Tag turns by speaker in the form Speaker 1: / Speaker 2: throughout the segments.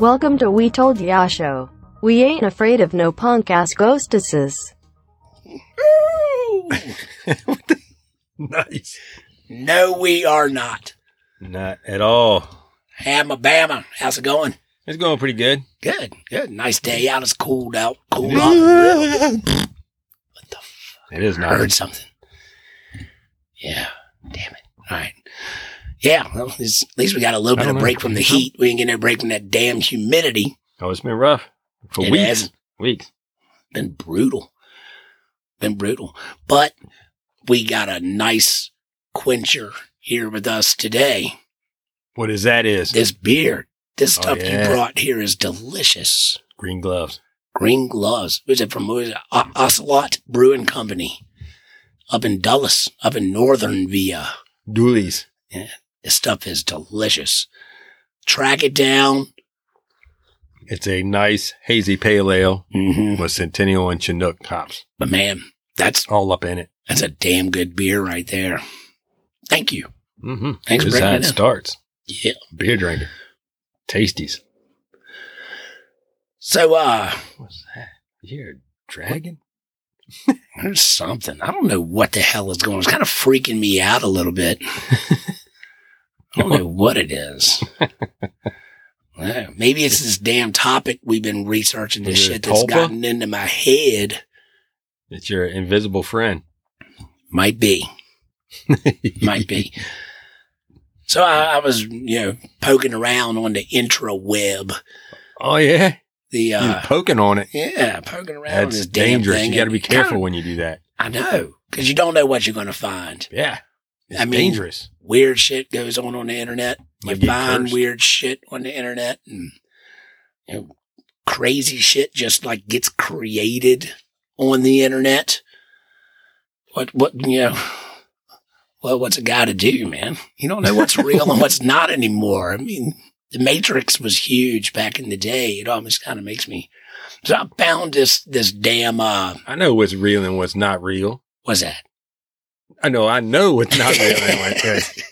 Speaker 1: Welcome to We Told Ya Show. We ain't afraid of no punk ass ghostesses.
Speaker 2: nice.
Speaker 3: No, we are not.
Speaker 2: Not at all.
Speaker 3: Hamabama, how's it going?
Speaker 2: It's going pretty good.
Speaker 3: Good, good. Nice day out. It's cooled out. Cooled off. What
Speaker 2: it
Speaker 3: the fuck?
Speaker 2: is
Speaker 3: I heard
Speaker 2: not.
Speaker 3: something. Yeah. Damn it. All right. Yeah. Well, it's, at least we got a little
Speaker 2: I
Speaker 3: bit of
Speaker 2: don't know.
Speaker 3: break from the heat. We didn't get no break from that damn humidity.
Speaker 2: Oh, it's been rough for
Speaker 3: It
Speaker 2: weeks.
Speaker 3: has.
Speaker 2: Weeks.
Speaker 3: Been brutal. Been brutal. But we got a nice quencher here with us today.
Speaker 2: What is that? Is
Speaker 3: This beer, this
Speaker 2: Oh,
Speaker 3: stuff
Speaker 2: yeah.
Speaker 3: you brought here is delicious.
Speaker 2: green gloves?
Speaker 3: Green Gloves. Was it from what was it? O- Ocelot Brewing Company up in Dulles, up in Northern Via.
Speaker 2: Doolies.
Speaker 3: This stuff is delicious. Track it down.
Speaker 2: It's a nice hazy pale ale
Speaker 3: Mm-hmm.
Speaker 2: with Centennial and Chinook hops
Speaker 3: But man, that's
Speaker 2: all up in it.
Speaker 3: that's a damn good beer right there. Thank you.
Speaker 2: Mm-hmm.
Speaker 3: Thanks for
Speaker 2: this is how
Speaker 3: bringing
Speaker 2: it
Speaker 3: it in.
Speaker 2: starts.
Speaker 3: Yeah.
Speaker 2: Beer drinker. Tasties.
Speaker 3: So uh,
Speaker 2: What's that? You're a dragon?
Speaker 3: there's something. I don't know what the hell is going. on. It's kind of freaking me out a little bit. I don't know what it is. Yeah, Maybe it's this damn topic we've been researching. This
Speaker 2: Is it
Speaker 3: shit that's
Speaker 2: tulpa?
Speaker 3: gotten into my head
Speaker 2: It's your invisible friend.
Speaker 3: might be, might be. So I, I was, you know, poking around on the intraweb.
Speaker 2: Oh yeah.
Speaker 3: The
Speaker 2: You're
Speaker 3: uh,
Speaker 2: poking on it.
Speaker 3: yeah, poking around. on
Speaker 2: That's
Speaker 3: this damn
Speaker 2: dangerous.
Speaker 3: Thing
Speaker 2: You got to
Speaker 3: and-
Speaker 2: be careful when you do that.
Speaker 3: I know, because you don't know what you're going to find.
Speaker 2: Yeah. It's
Speaker 3: I mean,
Speaker 2: dangerous.
Speaker 3: weird shit goes on on the internet. You
Speaker 2: Like get
Speaker 3: find
Speaker 2: cursed.
Speaker 3: weird shit on the internet,
Speaker 2: Mm.
Speaker 3: and you know, crazy shit just like gets created on the internet. What what you know? Well, what's a guy to do, man? You don't know what's real and what's not anymore. I mean, the Matrix was huge back in the day. It almost kind of makes me. So I found this this damn uh,
Speaker 2: I know what's real and what's not real.
Speaker 3: what's that?
Speaker 2: I know. I know what's not real and what's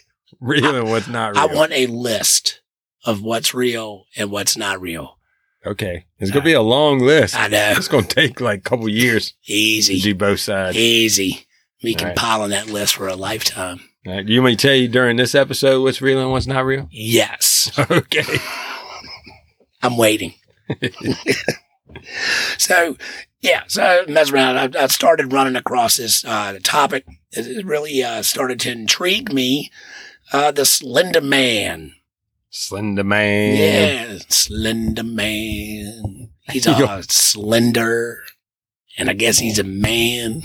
Speaker 2: real and what's not real.
Speaker 3: I want a list of what's real and what's not real.
Speaker 2: okay. It's gonna be a long list.
Speaker 3: I know.
Speaker 2: It's gonna take like a couple years to
Speaker 3: Easy.
Speaker 2: do both sides.
Speaker 3: Easy. Me
Speaker 2: All right.
Speaker 3: compiling that list for a lifetime.
Speaker 2: All right, You may tell you during this episode what's real and what's not real.
Speaker 3: Yes.
Speaker 2: Okay.
Speaker 3: I'm waiting. so, yeah, so mess around. I, I started running across this uh, topic. It it really uh, started to intrigue me. Uh, the Slender Man.
Speaker 2: Slender man.
Speaker 3: Yeah, Slender Man. He's
Speaker 2: You go-
Speaker 3: all slender, and I guess he's a man.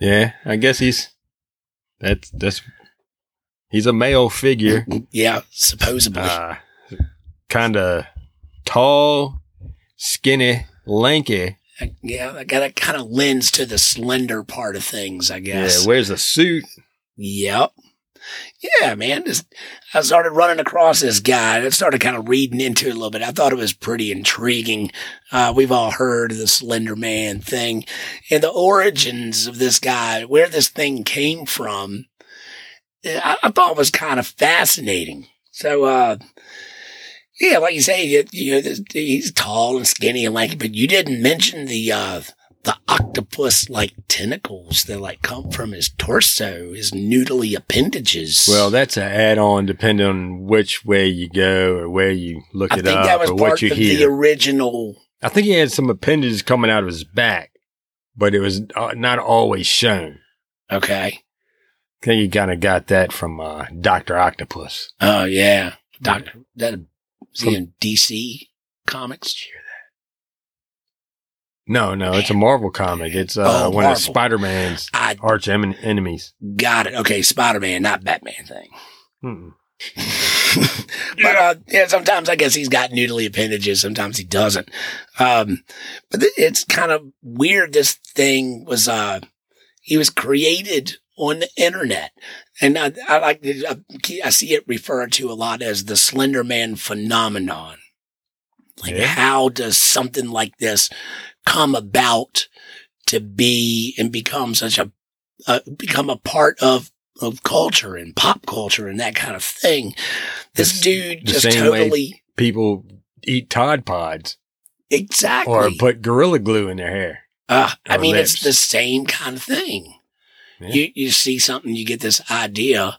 Speaker 2: Yeah, I guess he's that's that's he's a male figure,
Speaker 3: Yeah, supposedly.
Speaker 2: uh, kind of tall, skinny, lanky.
Speaker 3: yeah, I got that kind of lends to the slender part of things, I guess.
Speaker 2: Yeah, wears a suit.
Speaker 3: Yep. Yeah, man. Just, I started running across this guy. and I started kind of reading into it a little bit. I thought it was pretty intriguing. Uh, we've all heard of the Slender Man thing and the origins of this guy, where this thing came from. eh, I, I thought was kind of fascinating. So, uh, yeah, like you say, you, you know, this- he's tall and skinny and lanky, but you didn't mention the, uh, the octopus like tentacles that like come from his torso, his noodly appendages.
Speaker 2: Well, that's an add-on, depending on which way you go or where you look
Speaker 3: I
Speaker 2: it
Speaker 3: think
Speaker 2: up
Speaker 3: that was
Speaker 2: or
Speaker 3: part
Speaker 2: what you
Speaker 3: of
Speaker 2: hear.
Speaker 3: the original.
Speaker 2: I think he had some appendages coming out of his back, but it was uh, not always shown.
Speaker 3: Okay.
Speaker 2: I think he kind of got that from uh, Doctor Octopus.
Speaker 3: Oh yeah, Doctor. That is he in DC comics.
Speaker 2: No, no, it's a Marvel comic. It's uh,
Speaker 3: Oh,
Speaker 2: one of
Speaker 3: Marvel.
Speaker 2: Spider-Man's
Speaker 3: I
Speaker 2: arch em- enemies.
Speaker 3: got it. Okay, Spider Man, not Batman thing. Hmm.
Speaker 2: Mm-mm.
Speaker 3: but uh, yeah, sometimes I guess he's got noodly appendages. Sometimes he doesn't. Um, but th- it's kind of weird. This thing was uh, he was created on the internet, and I, I like to- I, I see it referred to a lot as the Slender Man phenomenon. Like,
Speaker 2: Yeah.
Speaker 3: how does something like this come about to be and become such a uh, become a part of of culture and pop culture and that kind of thing? This
Speaker 2: The s-
Speaker 3: dude
Speaker 2: the
Speaker 3: just
Speaker 2: same way
Speaker 3: totally
Speaker 2: People eat Todd Pods
Speaker 3: Exactly.
Speaker 2: or put Gorilla Glue in their hair.
Speaker 3: Uh, I
Speaker 2: or
Speaker 3: mean,
Speaker 2: lips.
Speaker 3: it's the same kind of thing.
Speaker 2: Yeah.
Speaker 3: You you see something, you get this idea,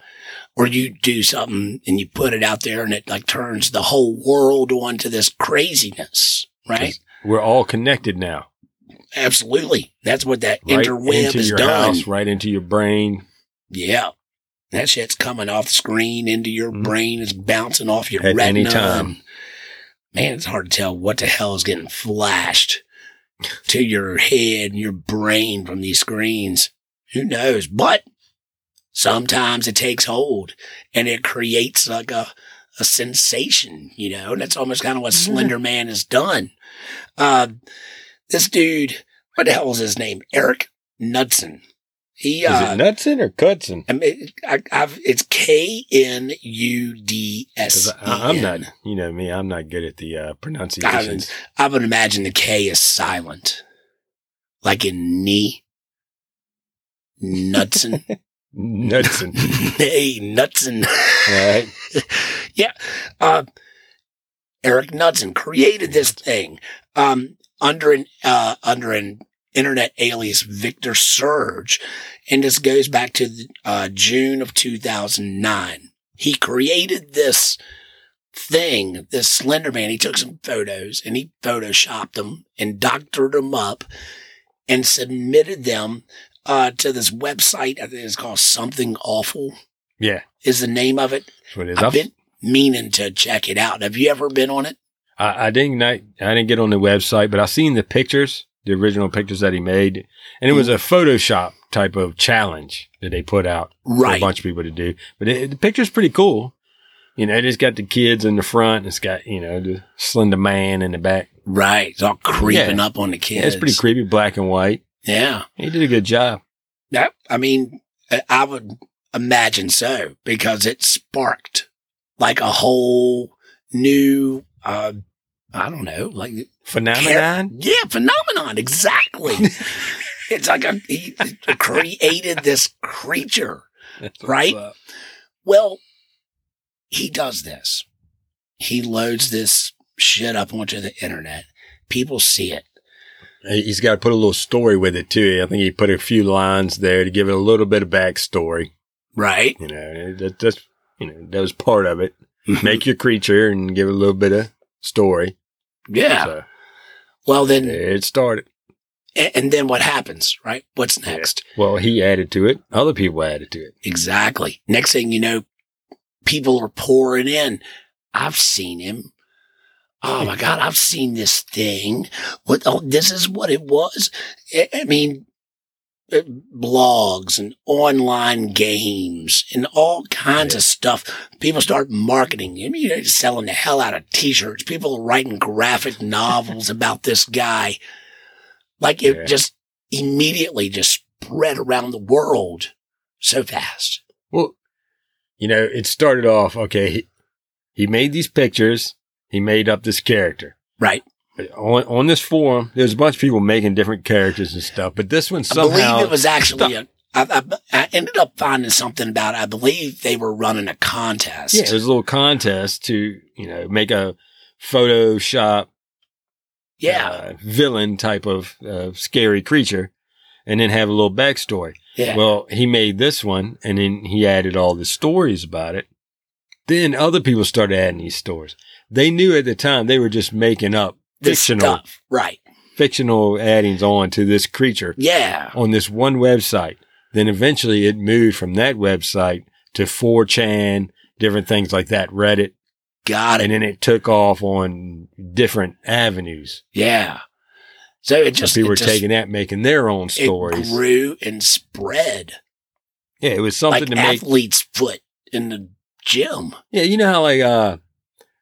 Speaker 3: or you do something and you put it out there, and it like turns the whole world onto this craziness, right?
Speaker 2: 'Cause We're all connected now.
Speaker 3: Absolutely, that's what that
Speaker 2: Right
Speaker 3: interweb
Speaker 2: into
Speaker 3: has
Speaker 2: your
Speaker 3: done.
Speaker 2: house, right into your brain.
Speaker 3: Yeah, that shit's coming off the screen into your
Speaker 2: Mhm.
Speaker 3: brain. It's bouncing off your
Speaker 2: At any
Speaker 3: retina.
Speaker 2: time.
Speaker 3: and- Man, it's hard to tell what the hell is getting flashed to your head and your brain from these screens. Who knows? But sometimes it takes hold and it creates like a, a sensation, you know, and that's almost kind of what
Speaker 1: Mhm.
Speaker 3: Slender Man has done. Uh, this dude, what the hell is his name? Eric Knudsen. He, uh,
Speaker 2: Is it Nutson or Cutson?
Speaker 3: I mean, I, I've, it's K N U D S. E
Speaker 2: Because I'm not, you know me, I'm not good at the uh, pronunciations.
Speaker 3: I would imagine the K is silent, like in knee. Nutson.
Speaker 2: Nutson.
Speaker 3: hey, Nutson.
Speaker 2: All right.
Speaker 3: Uh, Eric Knudsen created this thing um, under an uh, under an internet alias Victor Surge, and this goes back to uh, June of 2009. He created this thing, this Slender Man. He took some photos and he photoshopped them and doctored them up and submitted them uh, to this website. I think it's called Something Awful.
Speaker 2: Yeah.
Speaker 3: Is the name of it?
Speaker 2: That's what it is.
Speaker 3: I've
Speaker 2: I've-
Speaker 3: been meaning to check it out. Have you ever been on it?
Speaker 2: I, I didn't not, I didn't get on the website, but I seen the pictures, the original pictures that he made, and it
Speaker 3: Hmm.
Speaker 2: was a Photoshop type of challenge that they put out for a
Speaker 3: Right.
Speaker 2: bunch of people to do. But it, the picture's pretty cool. You know, it's got the kids in the front. It's got you know the slender man in the back.
Speaker 3: Right. It's all creeping up on the kids.
Speaker 2: Yeah, it's pretty creepy, black and white.
Speaker 3: Yeah.
Speaker 2: He did a good job.
Speaker 3: That, I mean, I- I would imagine so because it sparked like a whole new, uh, I don't know, like
Speaker 2: Phenomenon.
Speaker 3: Yeah, phenomenon. Exactly. it's like a, he created this creature.
Speaker 2: That's what's
Speaker 3: Right?
Speaker 2: up.
Speaker 3: Well, he does this. He loads this shit up onto the internet. People see it.
Speaker 2: He- He's got to put a little story with it too. I think he put a few lines there to give it a little bit of backstory.
Speaker 3: Right.
Speaker 2: You know, and that, that's you know that was part of it. Make your creature and give it a little bit of story.
Speaker 3: yeah.
Speaker 2: So
Speaker 3: Well, then,
Speaker 2: there it started.
Speaker 3: a- and then what happens, right? What's
Speaker 2: Yeah.
Speaker 3: next?
Speaker 2: Well, he added to it. Other people added to it.
Speaker 3: Exactly. Next thing you know, people are pouring in. I've seen him. Oh my God, I've seen this thing. What? Oh, this is what it was. I, I mean, uh, blogs and online games and all kinds of stuff. People start marketing. I mean, they're selling the hell out of t-shirts. People are writing graphic novels about this guy. Like it
Speaker 2: Yeah.
Speaker 3: just immediately just spread around the world so fast.
Speaker 2: Well, you know, it started off okay. He, he made these pictures. He made up this character
Speaker 3: Right.
Speaker 2: But on on this forum. There's a bunch of people making different characters and stuff. But this one
Speaker 3: I
Speaker 2: somehow
Speaker 3: believe it was actually a, I, I, I ended up finding something about. I believe they were running a contest.
Speaker 2: Yeah, there's a little contest to you know make a Photoshop
Speaker 3: yeah,
Speaker 2: uh, villain type of uh, scary creature, and then have a little backstory.
Speaker 3: yeah.
Speaker 2: Well, he made this one, and then he added all the stories about it. Then other people started adding these stories. They knew at the time they were just making up
Speaker 3: This
Speaker 2: fictional
Speaker 3: stuff, right?
Speaker 2: fictional addings on to this creature
Speaker 3: Yeah,
Speaker 2: on this one website. Then eventually it moved from that website to 4chan, different things like that, Reddit
Speaker 3: got it.
Speaker 2: and then it took off on different avenues.
Speaker 3: Yeah. So it just
Speaker 2: Just, people
Speaker 3: it
Speaker 2: were
Speaker 3: just,
Speaker 2: taking that, making their own stories.
Speaker 3: It grew and spread
Speaker 2: yeah, it was something
Speaker 3: like
Speaker 2: to make.
Speaker 3: athlete's foot in the gym.
Speaker 2: Yeah, you know how like uh,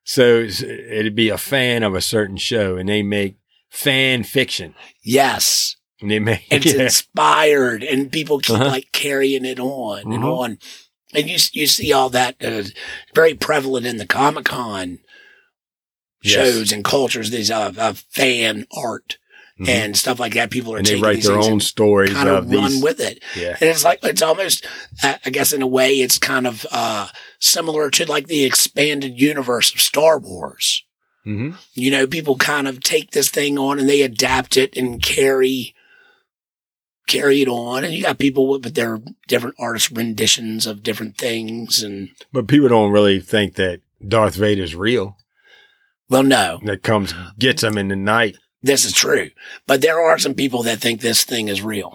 Speaker 2: so s- it'd be a fan of a certain show, and they make fan fiction,
Speaker 3: Yes,
Speaker 2: and they make
Speaker 3: it's
Speaker 2: yeah,
Speaker 3: inspired, and people keep
Speaker 2: Uh-huh.
Speaker 3: like carrying it on and
Speaker 2: Mhm.
Speaker 3: on. And you you see all that uh, very prevalent in the Comic Con
Speaker 2: Yes.
Speaker 3: shows and cultures. These uh, uh, fan art
Speaker 2: Mhm.
Speaker 3: and stuff like that. People are
Speaker 2: And they
Speaker 3: taking
Speaker 2: write
Speaker 3: these
Speaker 2: their
Speaker 3: things
Speaker 2: own stories
Speaker 3: and kind of
Speaker 2: of
Speaker 3: run
Speaker 2: these.
Speaker 3: with it.
Speaker 2: yeah,
Speaker 3: And it's like it's almost, I I guess, in a way, uh, it's kind of uh, similar to like the expanded universe of Star Wars,
Speaker 2: hmm
Speaker 3: You know, people kind of take this thing on and they adapt it and carry carry it on. And you got people with, with their different artist renditions of different things. And
Speaker 2: But people don't really think that Darth Vader's real.
Speaker 3: well, no,
Speaker 2: That comes gets him in the night.
Speaker 3: this is true. But there are some people that think this thing is real.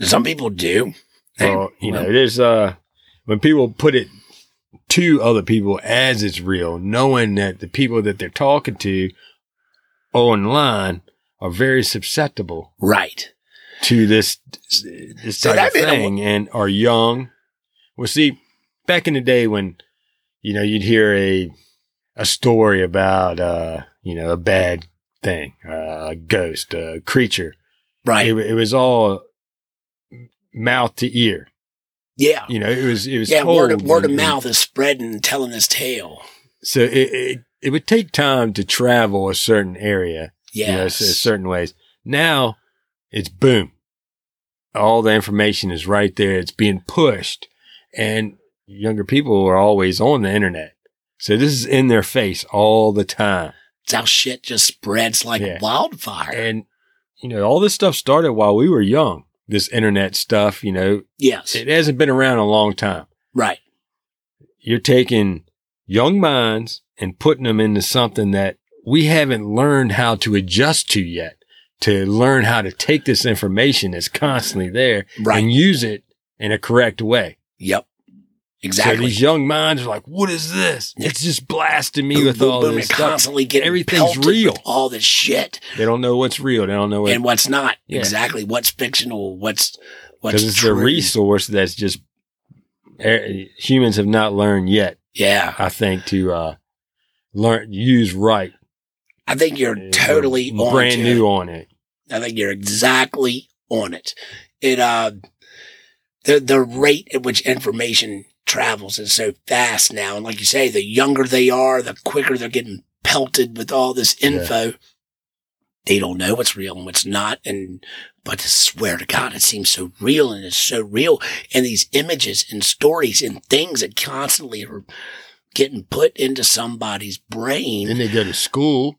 Speaker 3: Some people do. Hey,
Speaker 2: Well, you know,
Speaker 3: well,
Speaker 2: there's uh when people put it to other people as it's real, knowing that the people that they're talking to online are very susceptible
Speaker 3: right.
Speaker 2: to this this
Speaker 3: So
Speaker 2: type
Speaker 3: that
Speaker 2: of
Speaker 3: made a-
Speaker 2: thing and are young. Well, see, back in the day when you know you'd hear a a story about uh, you know a bad thing, uh, a ghost, a creature.
Speaker 3: Right.
Speaker 2: It, wa- it was all mouth to ear.
Speaker 3: yeah.
Speaker 2: You know, it was it was
Speaker 3: Yeah. Word of,
Speaker 2: told
Speaker 3: word of
Speaker 2: and- and
Speaker 3: mouth is spreading, telling this tale.
Speaker 2: So it, it it would take time to travel a certain area
Speaker 3: Yes.
Speaker 2: you know, s- certain ways. Now it's boom. All the information is right there. It's being pushed. And younger people are always on the internet. So this is in their face all the time.
Speaker 3: It's how shit just spreads like
Speaker 2: Yeah.
Speaker 3: wildfire.
Speaker 2: And, you know, all this stuff started while we were young. This internet stuff, you know,
Speaker 3: yes.
Speaker 2: it hasn't been around a long time.
Speaker 3: right.
Speaker 2: You're taking young minds and putting them into something that we haven't learned how to adjust to yet, to learn how to take this information that's constantly there
Speaker 3: Right.
Speaker 2: and use it in a correct way.
Speaker 3: yep.
Speaker 2: So
Speaker 3: Exactly.
Speaker 2: these young minds are like, "What is this? It's just blasting me
Speaker 3: Boom,
Speaker 2: with
Speaker 3: boom,
Speaker 2: all
Speaker 3: boom,
Speaker 2: this
Speaker 3: and
Speaker 2: stuff."
Speaker 3: constantly getting
Speaker 2: Everything's
Speaker 3: pelted with
Speaker 2: real.
Speaker 3: all this shit
Speaker 2: They don't know what's real. They don't know what
Speaker 3: and what's not.
Speaker 2: Yeah.
Speaker 3: Exactly. What's fictional? What's what's
Speaker 2: because it's
Speaker 3: true.
Speaker 2: a resource that's just eh, humans have not learned yet.
Speaker 3: Yeah.
Speaker 2: I think to uh, learn use right.
Speaker 3: I think you're
Speaker 2: We're
Speaker 3: totally on
Speaker 2: brand
Speaker 3: to it.
Speaker 2: new on it.
Speaker 3: I think you're exactly on it. It uh the the rate at which information travels is so fast now. And like you say, the younger they are, the quicker they're getting pelted with all this
Speaker 2: Yeah.
Speaker 3: info. They don't know what's real and what's not. And but I swear to God, it seems so real and it's so real. And these images and stories and things that constantly are getting put into somebody's brain.
Speaker 2: Then they go to school.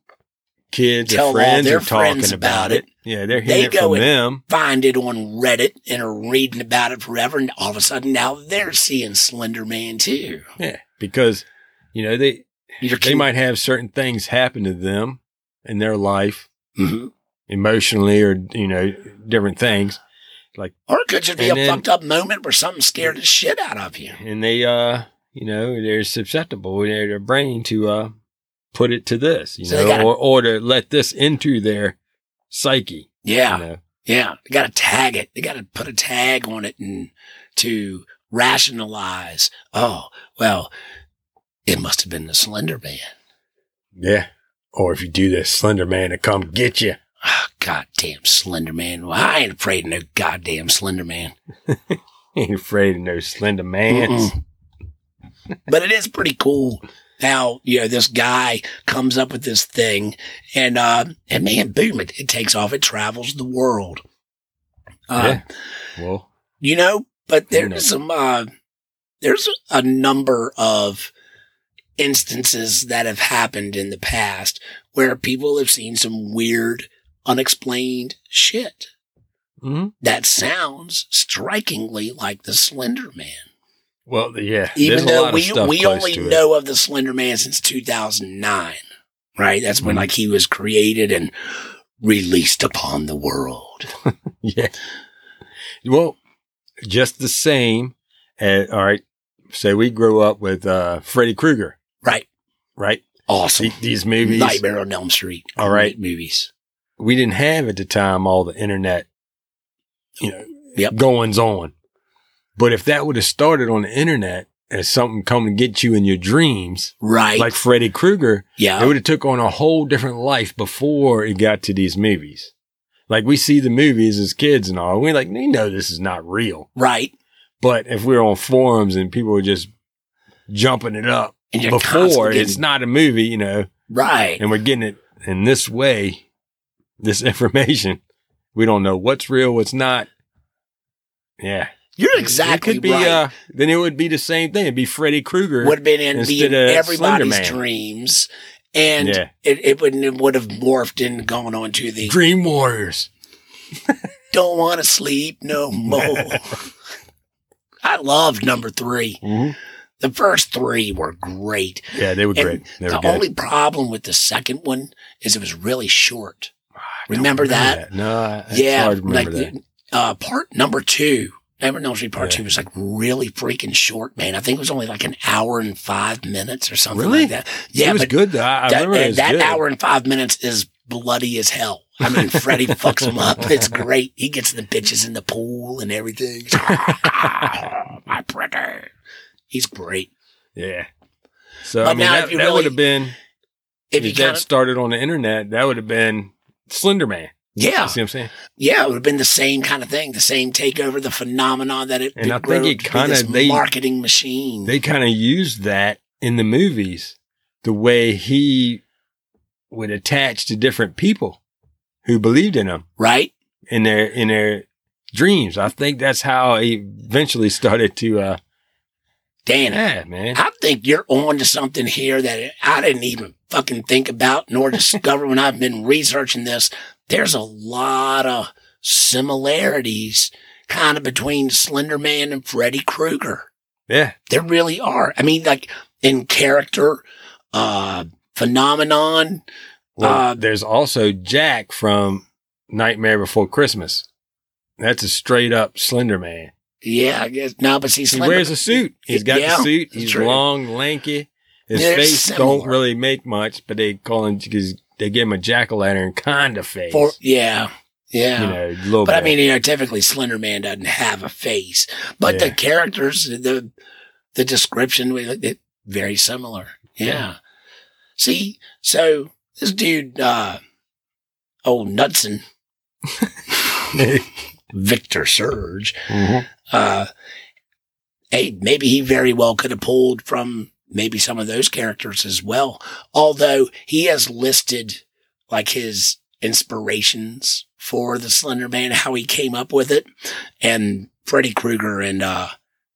Speaker 2: Kids,
Speaker 3: Tell all
Speaker 2: or friends
Speaker 3: their
Speaker 2: are talking
Speaker 3: friends about
Speaker 2: about
Speaker 3: it.
Speaker 2: it. Yeah, they're
Speaker 3: They
Speaker 2: hearing it
Speaker 3: go
Speaker 2: from
Speaker 3: and-
Speaker 2: them.
Speaker 3: find it on Reddit and are reading about it forever, and all of a sudden now they're seeing Slender Man too.
Speaker 2: Yeah, because you know they
Speaker 3: You're
Speaker 2: they might have certain things happen to them in their life
Speaker 3: Mhm.
Speaker 2: emotionally or you know different things
Speaker 3: or it could just be
Speaker 2: And
Speaker 3: a
Speaker 2: then-
Speaker 3: fucked up moment where something scared the shit out of you.
Speaker 2: and they uh you know they're susceptible their, their brain to uh put it to this you
Speaker 3: So they
Speaker 2: know
Speaker 3: gotta-
Speaker 2: or, or to let this into their psyche
Speaker 3: Yeah,
Speaker 2: you know
Speaker 3: yeah. They got to tag it. They got to put a tag on it and to rationalize. Oh, well, it must have been the Slender Man.
Speaker 2: yeah or if you do this slender man to come get you
Speaker 3: Oh, goddamn Slender Man. Well, I ain't afraid of no goddamn Slender Man.
Speaker 2: ain't afraid of no slender mans
Speaker 3: Mm-mm. but it is pretty cool how you know this guy comes up with this thing, and uh, and man, boom! It, it takes off. It travels the world. Uh,
Speaker 2: yeah well
Speaker 3: You know, but
Speaker 2: You
Speaker 3: there's
Speaker 2: know.
Speaker 3: some uh, there's a number of instances that have happened in the past where people have seen some weird, unexplained shit
Speaker 2: mhm.
Speaker 3: that sounds strikingly like the Slender Man.
Speaker 2: well yeah
Speaker 3: even
Speaker 2: there's a
Speaker 3: though
Speaker 2: lot of
Speaker 3: we
Speaker 2: stuff
Speaker 3: we
Speaker 2: close
Speaker 3: only
Speaker 2: to it.
Speaker 3: know of the Slender Man since 2009, right? That's when
Speaker 2: Mhm.
Speaker 3: like he was created and released upon the world.
Speaker 2: Yeah. Well, just the same. uh, all right. Say we grew up with uh, Freddy Krueger,
Speaker 3: Right?
Speaker 2: right?
Speaker 3: Awesome.
Speaker 2: The- these movies.
Speaker 3: Nightmare on Elm Street.
Speaker 2: All right.
Speaker 3: Great movies.
Speaker 2: We didn't have at the time all the internet, you know,
Speaker 3: Yep.
Speaker 2: goings on. But if that would have started on the internet as something come to get you in your dreams,
Speaker 3: Right.
Speaker 2: like Freddy Krueger, it
Speaker 3: yeah.
Speaker 2: would have took on a whole different life before it got to these movies. Like we see the movies as kids and all, we're like, we know this is not real.
Speaker 3: Right.
Speaker 2: But if we're on forums and people are just jumping it up
Speaker 3: And you're
Speaker 2: before,
Speaker 3: constantly
Speaker 2: it's not a movie, you know,
Speaker 3: right.
Speaker 2: and we're getting it in this way, this information, we don't know what's real, what's not. Yeah,
Speaker 3: You're
Speaker 2: It
Speaker 3: exactly
Speaker 2: could be,
Speaker 3: right.
Speaker 2: uh, then it would be the same thing. It'd be Freddy Krueger.
Speaker 3: would have been in, be
Speaker 2: instead
Speaker 3: in
Speaker 2: of
Speaker 3: everybody's
Speaker 2: Slender Man.
Speaker 3: dreams. and
Speaker 2: Yeah.
Speaker 3: it, it would it would have morphed and gone on to the
Speaker 2: Dream Warriors.
Speaker 3: "Don't Want to Sleep No More." I loved number three. The first three were great.
Speaker 2: Yeah, they were
Speaker 3: Mm-hmm. And
Speaker 2: great. They were
Speaker 3: the
Speaker 2: good.
Speaker 3: only problem with the second one is it was really short.
Speaker 2: I don't
Speaker 3: remember that?
Speaker 2: No, I, it's
Speaker 3: yeah,
Speaker 2: hard to remember
Speaker 3: like
Speaker 2: that.
Speaker 3: uh, part number two. Never knows me. Part
Speaker 2: Yeah.
Speaker 3: two was like really freaking short, man. I think it was only like an hour and five minutes or something
Speaker 2: Really?
Speaker 3: like that. Yeah,
Speaker 2: it was
Speaker 3: but
Speaker 2: good though. I, I
Speaker 3: that,
Speaker 2: remember it
Speaker 3: and
Speaker 2: was
Speaker 3: that
Speaker 2: good.
Speaker 3: hour and five minutes is bloody as hell. I mean, Freddie fucks him up. It's great. He gets the bitches in the pool and everything. "Oh, My pretty. He's great.
Speaker 2: Yeah. So
Speaker 3: But
Speaker 2: I mean,
Speaker 3: now
Speaker 2: that,
Speaker 3: if you
Speaker 2: that
Speaker 3: really-
Speaker 2: would have been
Speaker 3: If
Speaker 2: if,
Speaker 3: you
Speaker 2: that
Speaker 3: kind of,
Speaker 2: started on the internet. That would have been Slender Man.
Speaker 3: yeah,
Speaker 2: You see what I'm saying?
Speaker 3: yeah, it would have been the same kind of thing, the same takeover, the phenomenon that it.
Speaker 2: And I think
Speaker 3: grew
Speaker 2: it
Speaker 3: to be
Speaker 2: kinda-
Speaker 3: this
Speaker 2: they-
Speaker 3: marketing machine.
Speaker 2: They kind of used that in the movies, the way he would attach to different people who believed in him.
Speaker 3: right?
Speaker 2: in their in their dreams. I think that's how he eventually started to uh
Speaker 3: Dan,
Speaker 2: yeah, man.
Speaker 3: I think you're on to something here that I didn't even fucking think about nor discover when I've been researching this. There's a lot of similarities kind of between Slender Man and Freddy Krueger.
Speaker 2: Yeah.
Speaker 3: There really are. I mean, like in character, uh, phenomenon.
Speaker 2: Well,
Speaker 3: Uh,
Speaker 2: there's also Jack from Nightmare Before Christmas. That's a straight up Slender Man.
Speaker 3: Yeah, I guess. No, but see,
Speaker 2: He
Speaker 3: Slender
Speaker 2: wears a suit. He's got
Speaker 3: Yeah,
Speaker 2: the suit.
Speaker 3: that's
Speaker 2: He's
Speaker 3: true.
Speaker 2: long, lanky. His
Speaker 3: They're
Speaker 2: face
Speaker 3: similar.
Speaker 2: don't really make much, but they call him because they give him a jack o' lantern kind of face.
Speaker 3: For, yeah. Yeah.
Speaker 2: You know, a little
Speaker 3: But I
Speaker 2: bit.
Speaker 3: mean, you know, typically Slender Man doesn't have a face, but the
Speaker 2: Yeah.
Speaker 3: characters, the the description, we looked at very similar. Yeah.
Speaker 2: Yeah.
Speaker 3: See, so this dude, uh, old Knudsen, Victor Surge,
Speaker 2: Mhm.
Speaker 3: uh, hey, maybe he very well could have pulled from maybe some of those characters as well. Although he has listed like his inspirations for the Slender Man, how he came up with it, and Freddy Krueger and uh,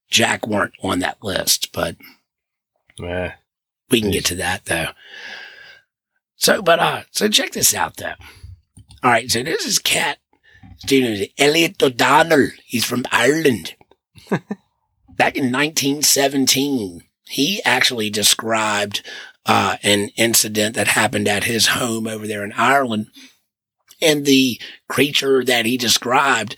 Speaker 3: Jack weren't on that list, but
Speaker 2: Yeah.
Speaker 3: we can get to that though. So, but uh, so check this out though. All right, so this is Cat. His dude is Elliot O'Donnell. He's from Ireland. Back in 1917, he actually described uh, an incident that happened at his home over there in Ireland. And the creature that he described,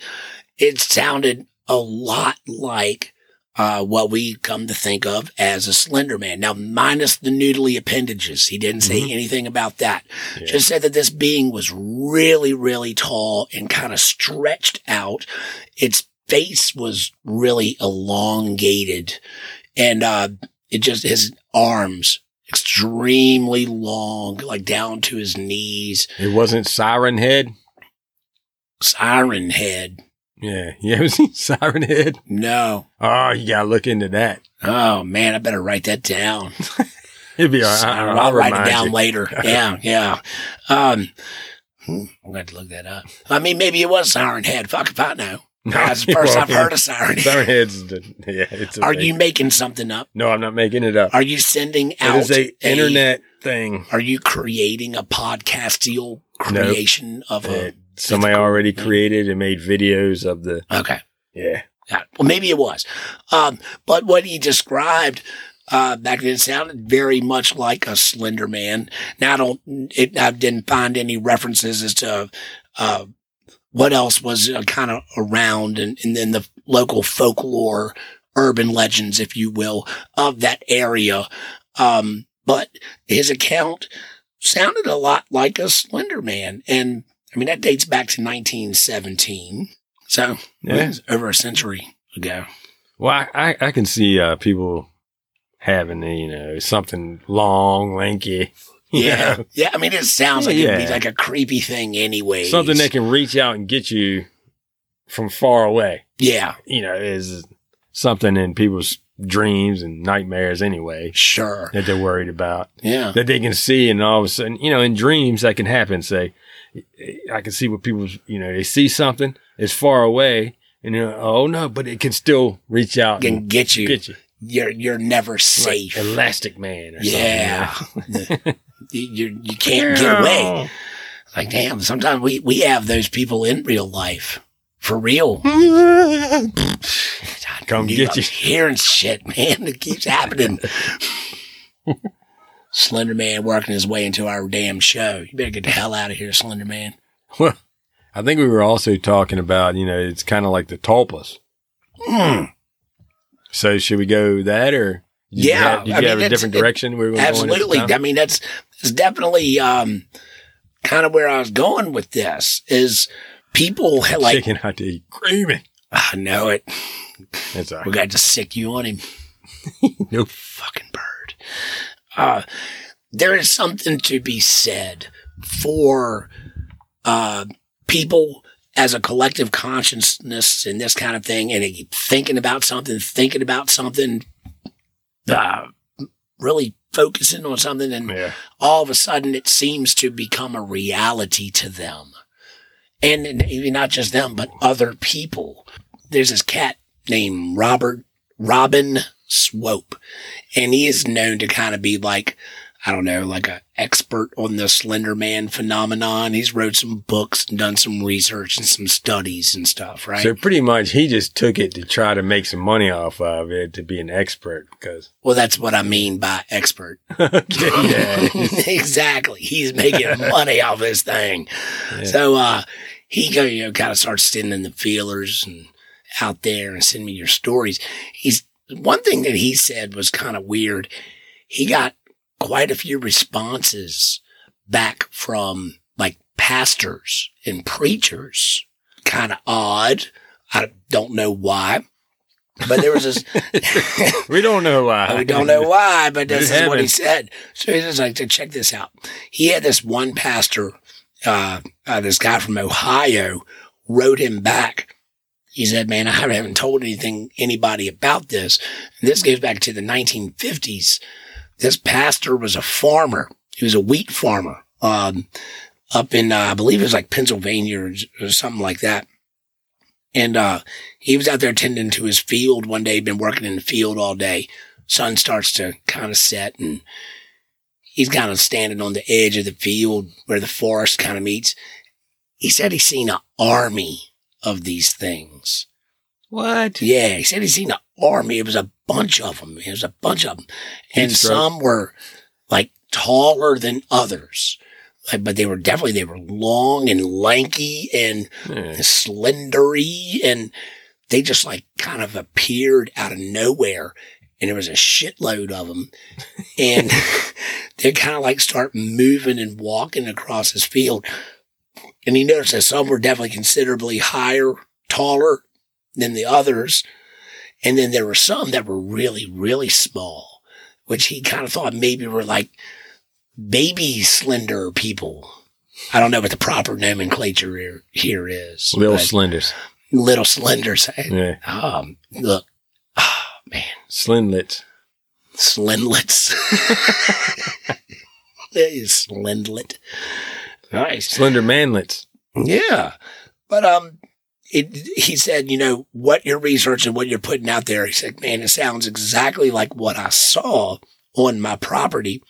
Speaker 3: it sounded a lot like uh, what we come to think of as a slender man. Now, minus the noodly appendages. He didn't say anything about that.
Speaker 2: Yeah.
Speaker 3: Just said that this being was really, really tall and kind of stretched out. Its face was really elongated and, uh, it just, his arms extremely long, like down to his knees.
Speaker 2: It wasn't Siren Head.
Speaker 3: Siren head.
Speaker 2: Yeah. You ever seen Siren Head?
Speaker 3: No.
Speaker 2: Oh, you gotta look into that.
Speaker 3: Oh man, I better write that down.
Speaker 2: It'd be all
Speaker 3: So
Speaker 2: right.
Speaker 3: I'll,
Speaker 2: I'll, I'll
Speaker 3: write it
Speaker 2: remind
Speaker 3: down
Speaker 2: you.
Speaker 3: later. Yeah, yeah. Um, hmm, I'm going to look that up. I mean, maybe it was Siren Head. Fuck if I know.
Speaker 2: No,
Speaker 3: That's the first
Speaker 2: you're
Speaker 3: I've heard
Speaker 2: welcome.
Speaker 3: of Siren Head.
Speaker 2: Siren Head's the- yeah, it's a
Speaker 3: Are
Speaker 2: thing.
Speaker 3: you making something up?
Speaker 2: No, I'm not making it up.
Speaker 3: Are you sending
Speaker 2: It
Speaker 3: out
Speaker 2: is a internet thing.
Speaker 3: Are you creating a podcastial
Speaker 2: Nope.
Speaker 3: creation of a?
Speaker 2: that somebody already created and made videos of the
Speaker 3: Okay.
Speaker 2: yeah.
Speaker 3: Yeah, Well, maybe it was. Um, but what he described uh, back then sounded very much like a Slender Man. Now, I don't, it, I didn't find any references as to uh, what else was uh, kind of around and, and then the local folklore, urban legends, if you will, of that area. Um, but his account sounded a lot like a Slender Man. And I mean, that dates back to 1917. So,
Speaker 2: yeah.
Speaker 3: was over a century ago.
Speaker 2: Well, I, I, I can see uh, people having you know something long, lanky, you
Speaker 3: Yeah.
Speaker 2: know,
Speaker 3: Yeah. I mean, it sounds like it'd
Speaker 2: Yeah.
Speaker 3: be like a creepy thing anyway.
Speaker 2: something that can reach out and get you from far away.
Speaker 3: Yeah.
Speaker 2: You know, is something in people's dreams and nightmares anyway
Speaker 3: Sure.
Speaker 2: that they're worried about.
Speaker 3: Yeah.
Speaker 2: that they can see, and all of a sudden, you know, in dreams that can happen. Say, I can see what people, you know, they see something it's far away, and you're like, oh no, but it can still reach out
Speaker 3: Can
Speaker 2: and
Speaker 3: get you.
Speaker 2: get you.
Speaker 3: You're you're never
Speaker 2: Like
Speaker 3: safe.
Speaker 2: Elastic Man, or
Speaker 3: yeah.
Speaker 2: something.
Speaker 3: The- you, you, you can't get away. Like, damn, sometimes we, we have those people in real life. For real. I
Speaker 2: Come
Speaker 3: knew
Speaker 2: get
Speaker 3: I
Speaker 2: you.
Speaker 3: was hearing shit, man. It keeps happening. Slender Man working his way into our damn show. You better get the hell out of here, Slender Man.
Speaker 2: Well, I think we were also talking about, you know, it's kind of like the tulpas.
Speaker 3: Mm,
Speaker 2: So should we go that or? did you
Speaker 3: Yeah,
Speaker 2: have- did
Speaker 3: I
Speaker 2: you
Speaker 3: mean,
Speaker 2: have a
Speaker 3: it's-
Speaker 2: different
Speaker 3: it-
Speaker 2: direction? we were going at the
Speaker 3: absolutely.
Speaker 2: time?
Speaker 3: I mean, that's, that's definitely um, kind of where I was going with this is people ha- like,
Speaker 2: chicken hot to eat, creaming.
Speaker 3: I know it.
Speaker 2: That's all
Speaker 3: We
Speaker 2: right.
Speaker 3: got to sick you on him.
Speaker 2: Nope.
Speaker 3: fucking bird. Uh, there is something to be said for uh, people as a collective consciousness and this kind of thing, and it- thinking about something, thinking about something, uh, really focusing on something, and
Speaker 2: Yeah.
Speaker 3: all of a sudden it seems to become a reality to them. And and even not just them, but other people. There's this cat named Robert Robin Swope, and he is known to kind of be like, I don't know, like a expert on the Slender Man phenomenon. He's wrote some books and done some research and some studies and stuff, right?
Speaker 2: So pretty much he just took it to try to make some money off of it to be an expert because
Speaker 3: well, that's what I mean by expert.
Speaker 2: yeah,
Speaker 3: exactly. He's making money off this thing. So uh, he go, you know, kind of starts sending the feelers and out there and send me your stories. He's one thing that he said was kind of weird. He got quite a few responses back from like pastors and preachers. Kind of odd. I don't know why, but there was this.
Speaker 2: we don't know why.
Speaker 3: We don't know why, but this
Speaker 2: It
Speaker 3: is what he
Speaker 2: happened.
Speaker 3: said. So he's just like, to check this out. He had this one pastor, uh, uh, this guy from Ohio, wrote him back. He said, "Man, I haven't told anything anybody about this." And this goes back to the 1950s. This pastor was a farmer. He was a wheat farmer um, up in, uh, I believe it was like Pennsylvania or, or something like that. And uh, he was out there tending to his field one day. He'd been working in the field all day sun starts to kind of set and he's kind of standing on the edge of the field where the forest kind of meets. He said he's seen an army of these things.
Speaker 2: What?
Speaker 3: Yeah, he said he's seen an army. It was a bunch of them. It was a bunch of them. And
Speaker 2: Heat stroke.
Speaker 3: some were like taller than others. Like, but they were definitely, they were long and lanky and
Speaker 2: Yeah.
Speaker 3: slendery and they just like kind of appeared out of nowhere and there was a shitload of them and they kind of like start moving and walking across his field and he noticed that some were definitely considerably higher taller than the others and then there were some that were really really small which he kind of thought maybe were like baby slender people i don't know what the proper nomenclature here- here is
Speaker 2: Little
Speaker 3: but-
Speaker 2: slenders.
Speaker 3: little slender side.
Speaker 2: Yeah.
Speaker 3: Um, look,
Speaker 2: Slimlets.
Speaker 3: slendlets. that is slendlet. Nice.
Speaker 2: Slender manlets.
Speaker 3: Yeah. But, um, it, he said, you know, what you're researching, what you're putting out there. He said, man, it sounds exactly like what I saw on my property.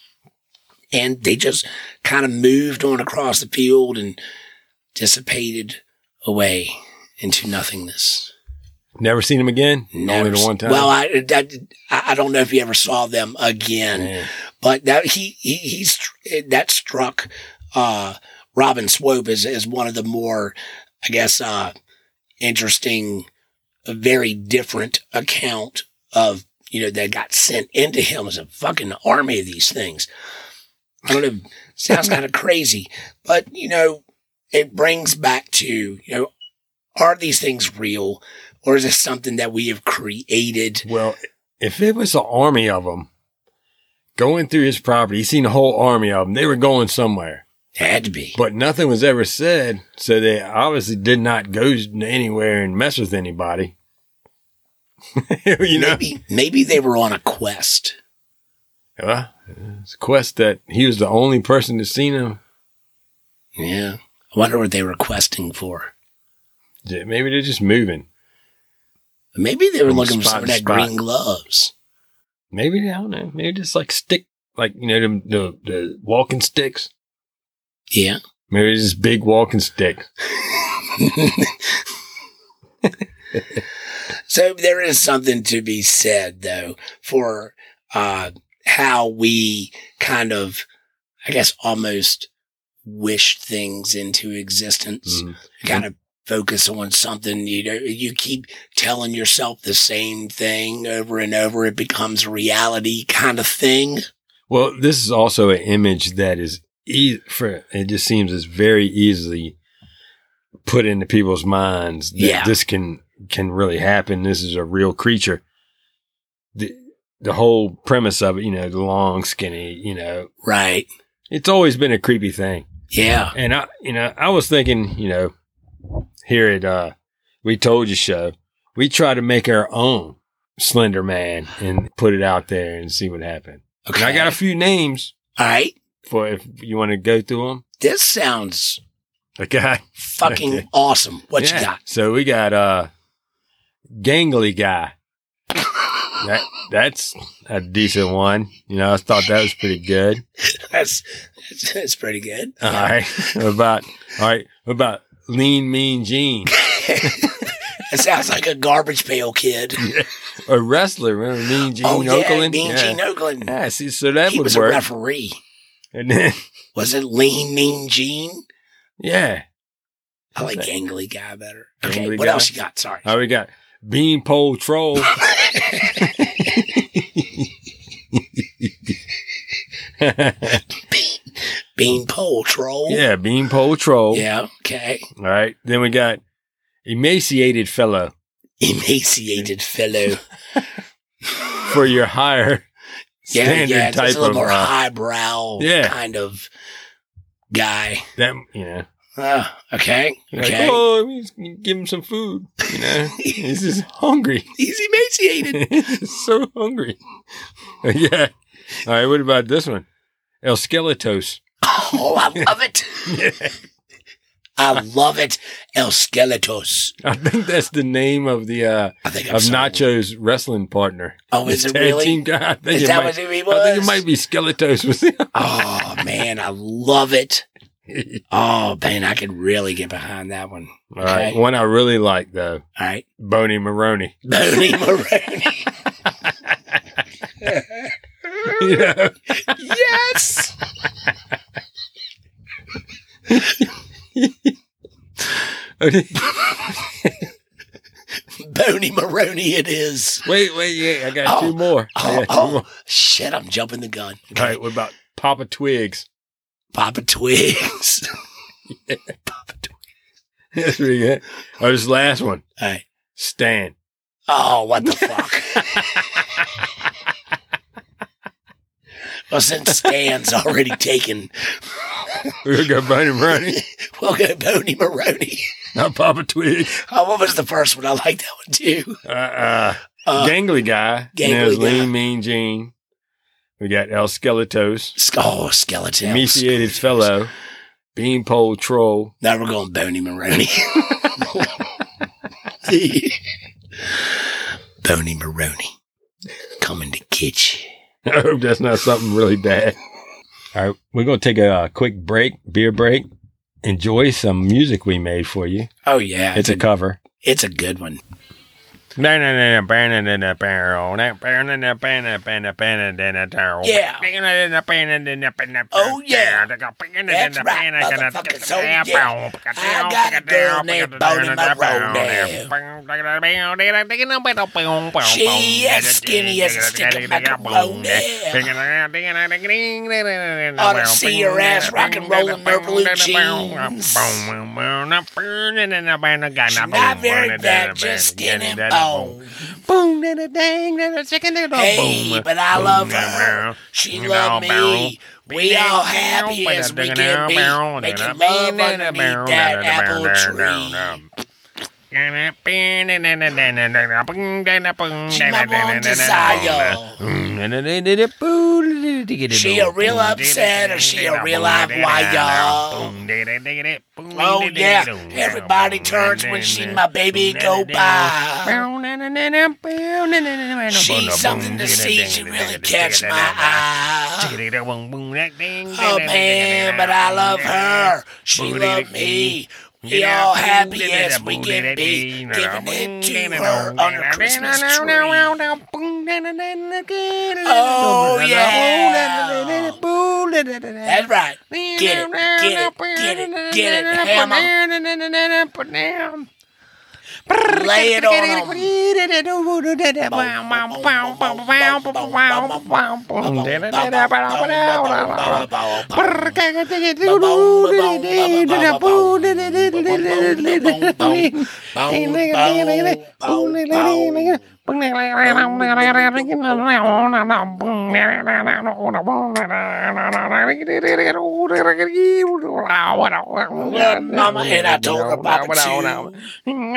Speaker 3: And they just kind of moved on across the field and dissipated away into nothingness.
Speaker 2: Never seen them again?
Speaker 3: Never
Speaker 2: Only
Speaker 3: s-
Speaker 2: the one time?
Speaker 3: Well, I, that, I I don't know if you ever saw them again,
Speaker 2: Yeah.
Speaker 3: but that he, he he's that struck uh, Robin Swope as as one of the more, I guess, uh, interesting, very different account of you know that got sent into him as a fucking army of these things. I don't know. Sounds kind of crazy, but you know, it brings back to you know, are these things real? Or is this something that we have created?
Speaker 2: Well, if it was an army of them going through his property, he seen a whole army of them. They were going somewhere,
Speaker 3: Had to be.
Speaker 2: but nothing was ever said. So they obviously did not go anywhere and mess with anybody. you know,
Speaker 3: maybe, maybe they were on a quest.
Speaker 2: Well, it's a quest that he was the only person to seen him.
Speaker 3: Yeah. I wonder what they were questing for.
Speaker 2: Yeah, Maybe they're just moving.
Speaker 3: Maybe they were
Speaker 2: From
Speaker 3: looking for
Speaker 2: spot
Speaker 3: some of
Speaker 2: to
Speaker 3: that
Speaker 2: spot.
Speaker 3: green gloves.
Speaker 2: Maybe I don't know. Maybe just like stick like you know them, the the walking sticks.
Speaker 3: Yeah.
Speaker 2: Maybe it's this big walking stick.
Speaker 3: so there is something to be said though for uh, how we kind of, I guess, almost wish things into existence.
Speaker 2: Mhm.
Speaker 3: Kind of focus on something. You know, you keep telling yourself the same thing over and over. It becomes reality, kind of thing.
Speaker 2: Well, this is also an image that is e- for it just seems is very easily put into people's minds that
Speaker 3: Yeah.
Speaker 2: this can can really happen. This is a real creature. The the whole premise of it, you know, the long, skinny, you know,
Speaker 3: Right.
Speaker 2: it's always been a creepy thing.
Speaker 3: Yeah.
Speaker 2: And I, you know, I was thinking, you know, here at uh, we told you show, we try to make our own Slender Man and put it out there and see what happened.
Speaker 3: Okay.
Speaker 2: And I got a few names
Speaker 3: All right.
Speaker 2: for if you want to go through them.
Speaker 3: This sounds
Speaker 2: Okay,
Speaker 3: fucking
Speaker 2: Okay.
Speaker 3: awesome. What
Speaker 2: Yeah.
Speaker 3: you got?
Speaker 2: So we got uh, gangly guy. That that's a decent one. You know, I thought that was pretty good.
Speaker 3: That's, that's that's pretty good.
Speaker 2: All right, what about all right, what about lean mean Gene?
Speaker 3: It sounds like a garbage pail kid.
Speaker 2: a wrestler. Remember Mean Gene
Speaker 3: oh yeah,
Speaker 2: Oakland?
Speaker 3: Mean
Speaker 2: yeah.
Speaker 3: Gene Oakland.
Speaker 2: Yeah, see, so that
Speaker 3: he
Speaker 2: would
Speaker 3: was
Speaker 2: work.
Speaker 3: a referee.
Speaker 2: and then,
Speaker 3: Was it Lean Mean Gene?
Speaker 2: yeah.
Speaker 3: I like Gangly Guy better. Okay,
Speaker 2: Gangly
Speaker 3: what
Speaker 2: Guy?
Speaker 3: else you got? Sorry.
Speaker 2: All right, we got Beanpole Troll.
Speaker 3: Bean Pole Troll.
Speaker 2: yeah, Beanpole Troll.
Speaker 3: Yeah. Okay.
Speaker 2: All right. Then we got Emaciated Fellow
Speaker 3: Emaciated fellow.
Speaker 2: for your higher
Speaker 3: Yeah,
Speaker 2: standard
Speaker 3: yeah. It's
Speaker 2: type
Speaker 3: a little
Speaker 2: of
Speaker 3: more
Speaker 2: uh,
Speaker 3: highbrow
Speaker 2: Yeah.
Speaker 3: kind of guy.
Speaker 2: that. You know,
Speaker 3: Uh, okay.
Speaker 2: You're like,
Speaker 3: Okay.
Speaker 2: oh, we just give him some food. You know, he's just hungry.
Speaker 3: He's emaciated.
Speaker 2: He's so hungry. yeah. All right. What about this one? El Skeletos.
Speaker 3: Oh, I love it.
Speaker 2: Yeah.
Speaker 3: I love it. El Skeletos.
Speaker 2: I think that's the name of the uh,
Speaker 3: I think I'm
Speaker 2: of
Speaker 3: sorry.
Speaker 2: Nacho's wrestling partner.
Speaker 3: Oh, is
Speaker 2: The
Speaker 3: it
Speaker 2: tag
Speaker 3: really?
Speaker 2: team guy. I think,
Speaker 3: Is
Speaker 2: it
Speaker 3: that
Speaker 2: might,
Speaker 3: what he was?
Speaker 2: I think it might be Skeletos with him.
Speaker 3: Oh man, I love it.
Speaker 2: All
Speaker 3: Oh man, I could really get behind that one.
Speaker 2: right, one I really like though,
Speaker 3: All right,
Speaker 2: Boney Maroney.
Speaker 3: Boney Maroney.
Speaker 2: You know?
Speaker 3: yes. Boney Maroney, it is.
Speaker 2: wait, wait, yeah, I got
Speaker 3: Oh,
Speaker 2: two more.
Speaker 3: Oh,
Speaker 2: I got two more.
Speaker 3: oh, shit! I'm jumping the gun.
Speaker 2: All right, what about Papa Twigs?
Speaker 3: Papa Twigs. Papa Twigs.
Speaker 2: That's pretty good. Or Oh, this last one,
Speaker 3: All right.
Speaker 2: Stan.
Speaker 3: Oh, what the fuck? well, since Stan's already taken,
Speaker 2: We'll go Boney Maroney,
Speaker 3: we'll go Boney Maroney.
Speaker 2: not Papa Twigs.
Speaker 3: Oh, what was the first one? I like that one too.
Speaker 2: Uh, uh,
Speaker 3: Uh,
Speaker 2: gangly guy. And there's
Speaker 3: Gangly guy.
Speaker 2: Lean Mean Gene. We got El Skeletos.
Speaker 3: Sk- oh, skeleton.
Speaker 2: emaciated fellow, beanpole troll.
Speaker 3: Now we're going Boney Maroney. Boney Maroney coming to get you.
Speaker 2: I hope that's not something really bad. All right, we're going to take a, uh quick break, beer break. Enjoy some music we made for you.
Speaker 3: Oh yeah,
Speaker 2: It's a cover.
Speaker 3: it's a good one.
Speaker 4: Yeah.
Speaker 3: Oh, yeah.
Speaker 4: That's right, motherfucker. So, yeah.
Speaker 3: I got a girl named Boney
Speaker 4: Maroney. She is skinny as a stick of macaroni. Ought to see her ass rock and rolling her blue jeans. She's
Speaker 3: Not very bad, just Oh. skin and
Speaker 4: Oh.
Speaker 3: bone.
Speaker 4: Boom, da da dang, da da chicken, da da
Speaker 3: Hey,
Speaker 4: boom.
Speaker 3: but I love
Speaker 4: Boom,
Speaker 3: her.
Speaker 4: da,
Speaker 3: She
Speaker 4: da,
Speaker 3: loved
Speaker 4: da,
Speaker 3: me.
Speaker 4: da,
Speaker 3: We
Speaker 4: da,
Speaker 3: all
Speaker 4: da,
Speaker 3: happy
Speaker 4: da,
Speaker 3: as
Speaker 4: da,
Speaker 3: we
Speaker 4: da,
Speaker 3: can
Speaker 4: da,
Speaker 3: be.
Speaker 4: da, da,
Speaker 3: Making love
Speaker 4: da, da, da,
Speaker 3: underneath
Speaker 4: da,
Speaker 3: that
Speaker 4: da, da,
Speaker 3: apple
Speaker 4: da,
Speaker 3: tree.
Speaker 4: da, da.
Speaker 3: She my one desire. She a real upset or she a real hot wire? Oh yeah, everybody turns when she my baby go by. She's something to see. She really catch my eye. Oh man, but I love her. She love me. We all happy as we can be, giving it to her under Christmas tree. Oh yeah, that's right. Get it, get it, get it, get it, hammer. Lay it on 'em. Love Mama and I told her about the tune.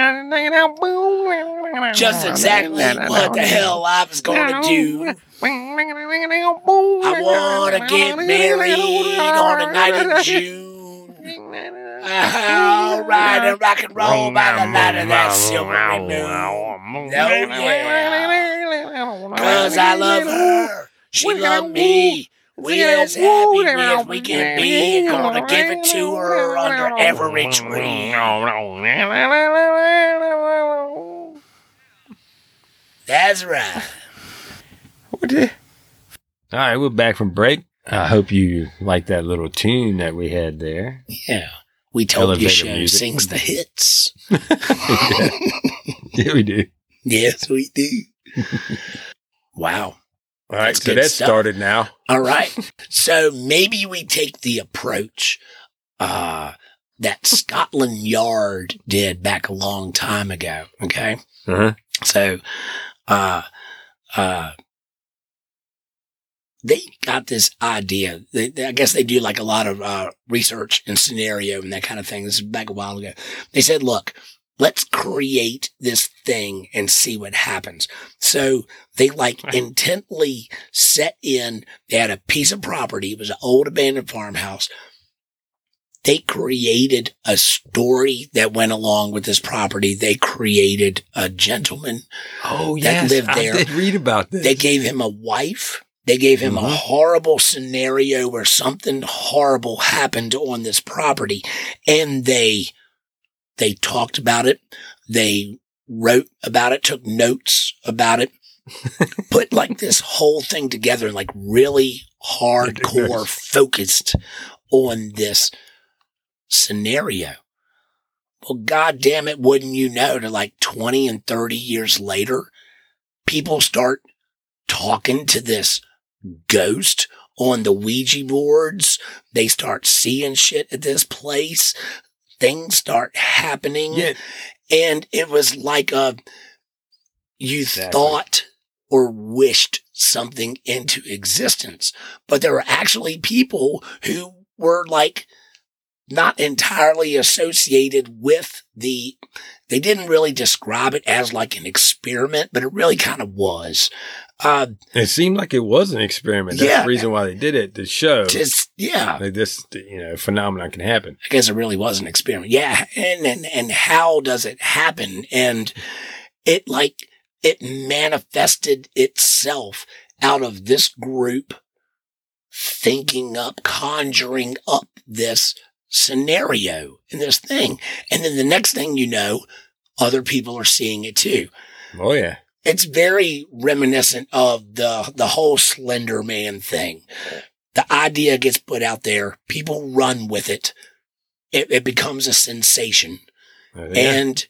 Speaker 3: Just exactly what the hell I was gonna do. I wanna get married on the night of June. All right, and rock and roll by the light of that silvery moon. Oh, Cause I love her, she love me. We as happy as we can be. Gonna give it to her under every tree. That's right.
Speaker 2: All right, we're back from break. I hope you like that little tune that we had there.
Speaker 3: Yeah. We told you
Speaker 2: Elevator
Speaker 3: show
Speaker 2: music.
Speaker 3: sings the hits.
Speaker 2: Yeah, we do.
Speaker 3: Yes, we do. wow.
Speaker 2: All right,
Speaker 3: That's
Speaker 2: so
Speaker 3: good
Speaker 2: that's
Speaker 3: stuff.
Speaker 2: started now.
Speaker 3: All right. So maybe we take the approach uh, that Scotland Yard did back a long time ago. Okay.
Speaker 2: Uh-huh.
Speaker 3: So uh, uh, they got this idea. They, they- I guess they do like a lot of uh, research and scenario and that kind of thing. This is back a while ago. They said, look, let's create this thing and see what happens. So they like intently set in. They had a piece of property. It was an old abandoned farmhouse. They created a story that went along with this property. They created a gentleman
Speaker 2: Oh,
Speaker 3: yes, lived there.
Speaker 2: I did read about this.
Speaker 3: they gave him a wife. They gave him a
Speaker 2: Mhm.
Speaker 3: horrible scenario where something horrible happened on this property and they they talked about it. They wrote about it, took notes about it, put like this whole thing together like really hardcore focused on this scenario. Well, god damn it, wouldn't you know that like 20 and 30 years later, people start talking to this ghost on the Ouija boards. They start seeing shit at this place. Things start happening.
Speaker 2: yeah,
Speaker 3: And it was like a, you
Speaker 2: Exactly.
Speaker 3: thought or wished something into existence. But there were actually people who were like not entirely associated with the, they didn't really describe it as like an experiment, but it really kind of was. Uh,
Speaker 2: it seemed like it was an experiment. That's
Speaker 3: Yeah.
Speaker 2: the reason why they did it to show
Speaker 3: just, yeah.
Speaker 2: that this you know phenomenon can happen.
Speaker 3: I guess it really was an experiment. Yeah. And, and, and how does it happen? And it like, it manifested itself out of this group thinking up, conjuring up this scenario and this thing. And then the next thing you know, other people are seeing it too.
Speaker 2: Oh yeah,
Speaker 3: It's very reminiscent of the, the whole Slender Man thing. The idea gets put out there. People run with it. It, it becomes a sensation.
Speaker 2: Oh, yeah.
Speaker 3: And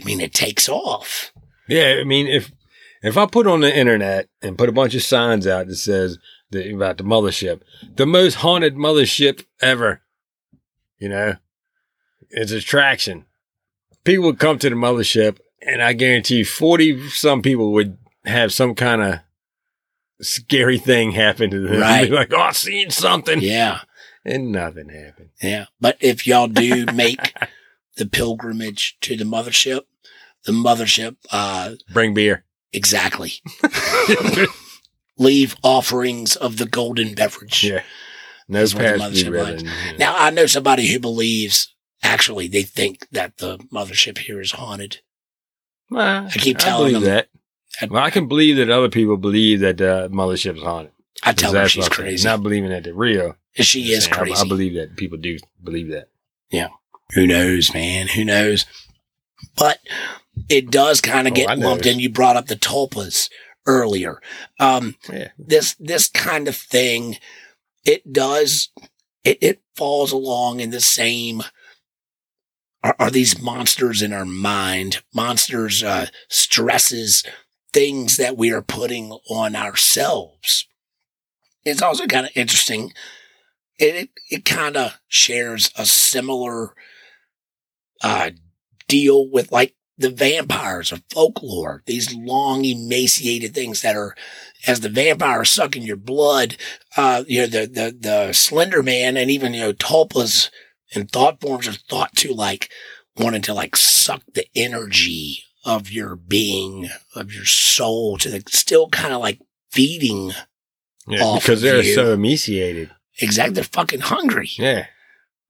Speaker 3: I mean, it takes off.
Speaker 2: Yeah, I mean, if if I put on the internet and put a bunch of signs out that says that, about the mothership, the most haunted mothership ever, you know, it's attraction. People would come to the mothership, and I guarantee forty some people would have some kind of scary thing happen to them.
Speaker 3: Right.
Speaker 2: Be like, oh, I seen something,
Speaker 3: Yeah.
Speaker 2: and nothing happened.
Speaker 3: Yeah. But if y'all do make the pilgrimage to the mothership. The mothership, uh,
Speaker 2: Bring beer.
Speaker 3: exactly. Leave offerings of the golden beverage.
Speaker 2: Yeah. No
Speaker 3: That's what the
Speaker 2: past
Speaker 3: mothership
Speaker 2: due
Speaker 3: likes.
Speaker 2: revenue.
Speaker 3: Now I know somebody who believes actually they think that the mothership here is haunted.
Speaker 2: Well,
Speaker 3: I keep telling
Speaker 2: believe
Speaker 3: them- I-
Speaker 2: that. Well, I can believe that other people believe that the mothership's haunted.
Speaker 3: I tell her
Speaker 2: That's
Speaker 3: she's
Speaker 2: what I'm saying.
Speaker 3: crazy.
Speaker 2: Not believing that they're real.
Speaker 3: she is
Speaker 2: Saying, I-
Speaker 3: crazy.
Speaker 2: I, believe that people do believe that.
Speaker 3: who knows, man? Who knows? But it does kind of
Speaker 2: Oh, I
Speaker 3: get
Speaker 2: know.
Speaker 3: lumped in. You brought up the tulpas earlier. Um,
Speaker 2: Yeah.
Speaker 3: this this kind of thing, it does it, it falls along in the same are, are these monsters in our mind, monsters, uh, stresses, things that we are putting on ourselves. It's also kind of interesting. It it, it kind of shares a similar uh, deal with like the vampires or folklore. These long emaciated things that are, as the vampire sucking your blood. Uh, you know the the the Slender Man and even you know Tulpas and thought forms are thought to like wanting to like suck the energy of your being of your soul to the, still kind of like feeding
Speaker 2: Yeah,
Speaker 3: Off
Speaker 2: because they're
Speaker 3: you.
Speaker 2: so emaciated.
Speaker 3: exactly they're fucking hungry
Speaker 2: Yeah.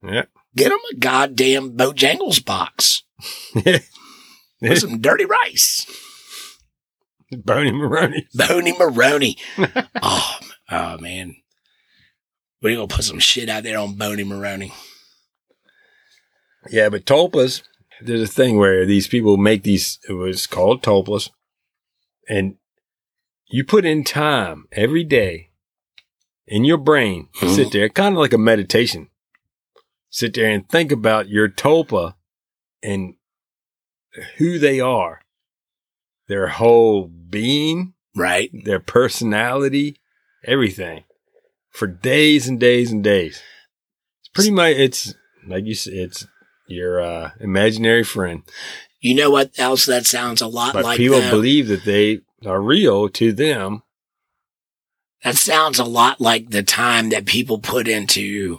Speaker 3: get them a goddamn bojangles box with some dirty rice
Speaker 2: Boney Maroney.
Speaker 3: Boney Maroney. oh, oh man. We're gonna put some shit out there on Boney Maroney.
Speaker 2: Yeah, but tulpas, there's a thing where these people make these, it was called tulpas, and you put in time every day in your brain,
Speaker 3: Mhm.
Speaker 2: sit there, kind of like a meditation. Sit there and think about your tulpa and who they are, their whole being,
Speaker 3: Right?
Speaker 2: their personality, everything for days and days and days. It's pretty much it's like you said, it's your uh, imaginary friend,
Speaker 3: You know what else that sounds a lot
Speaker 2: but
Speaker 3: like
Speaker 2: people
Speaker 3: though?
Speaker 2: believe that they are real to them.
Speaker 3: that sounds a lot like the time that people put into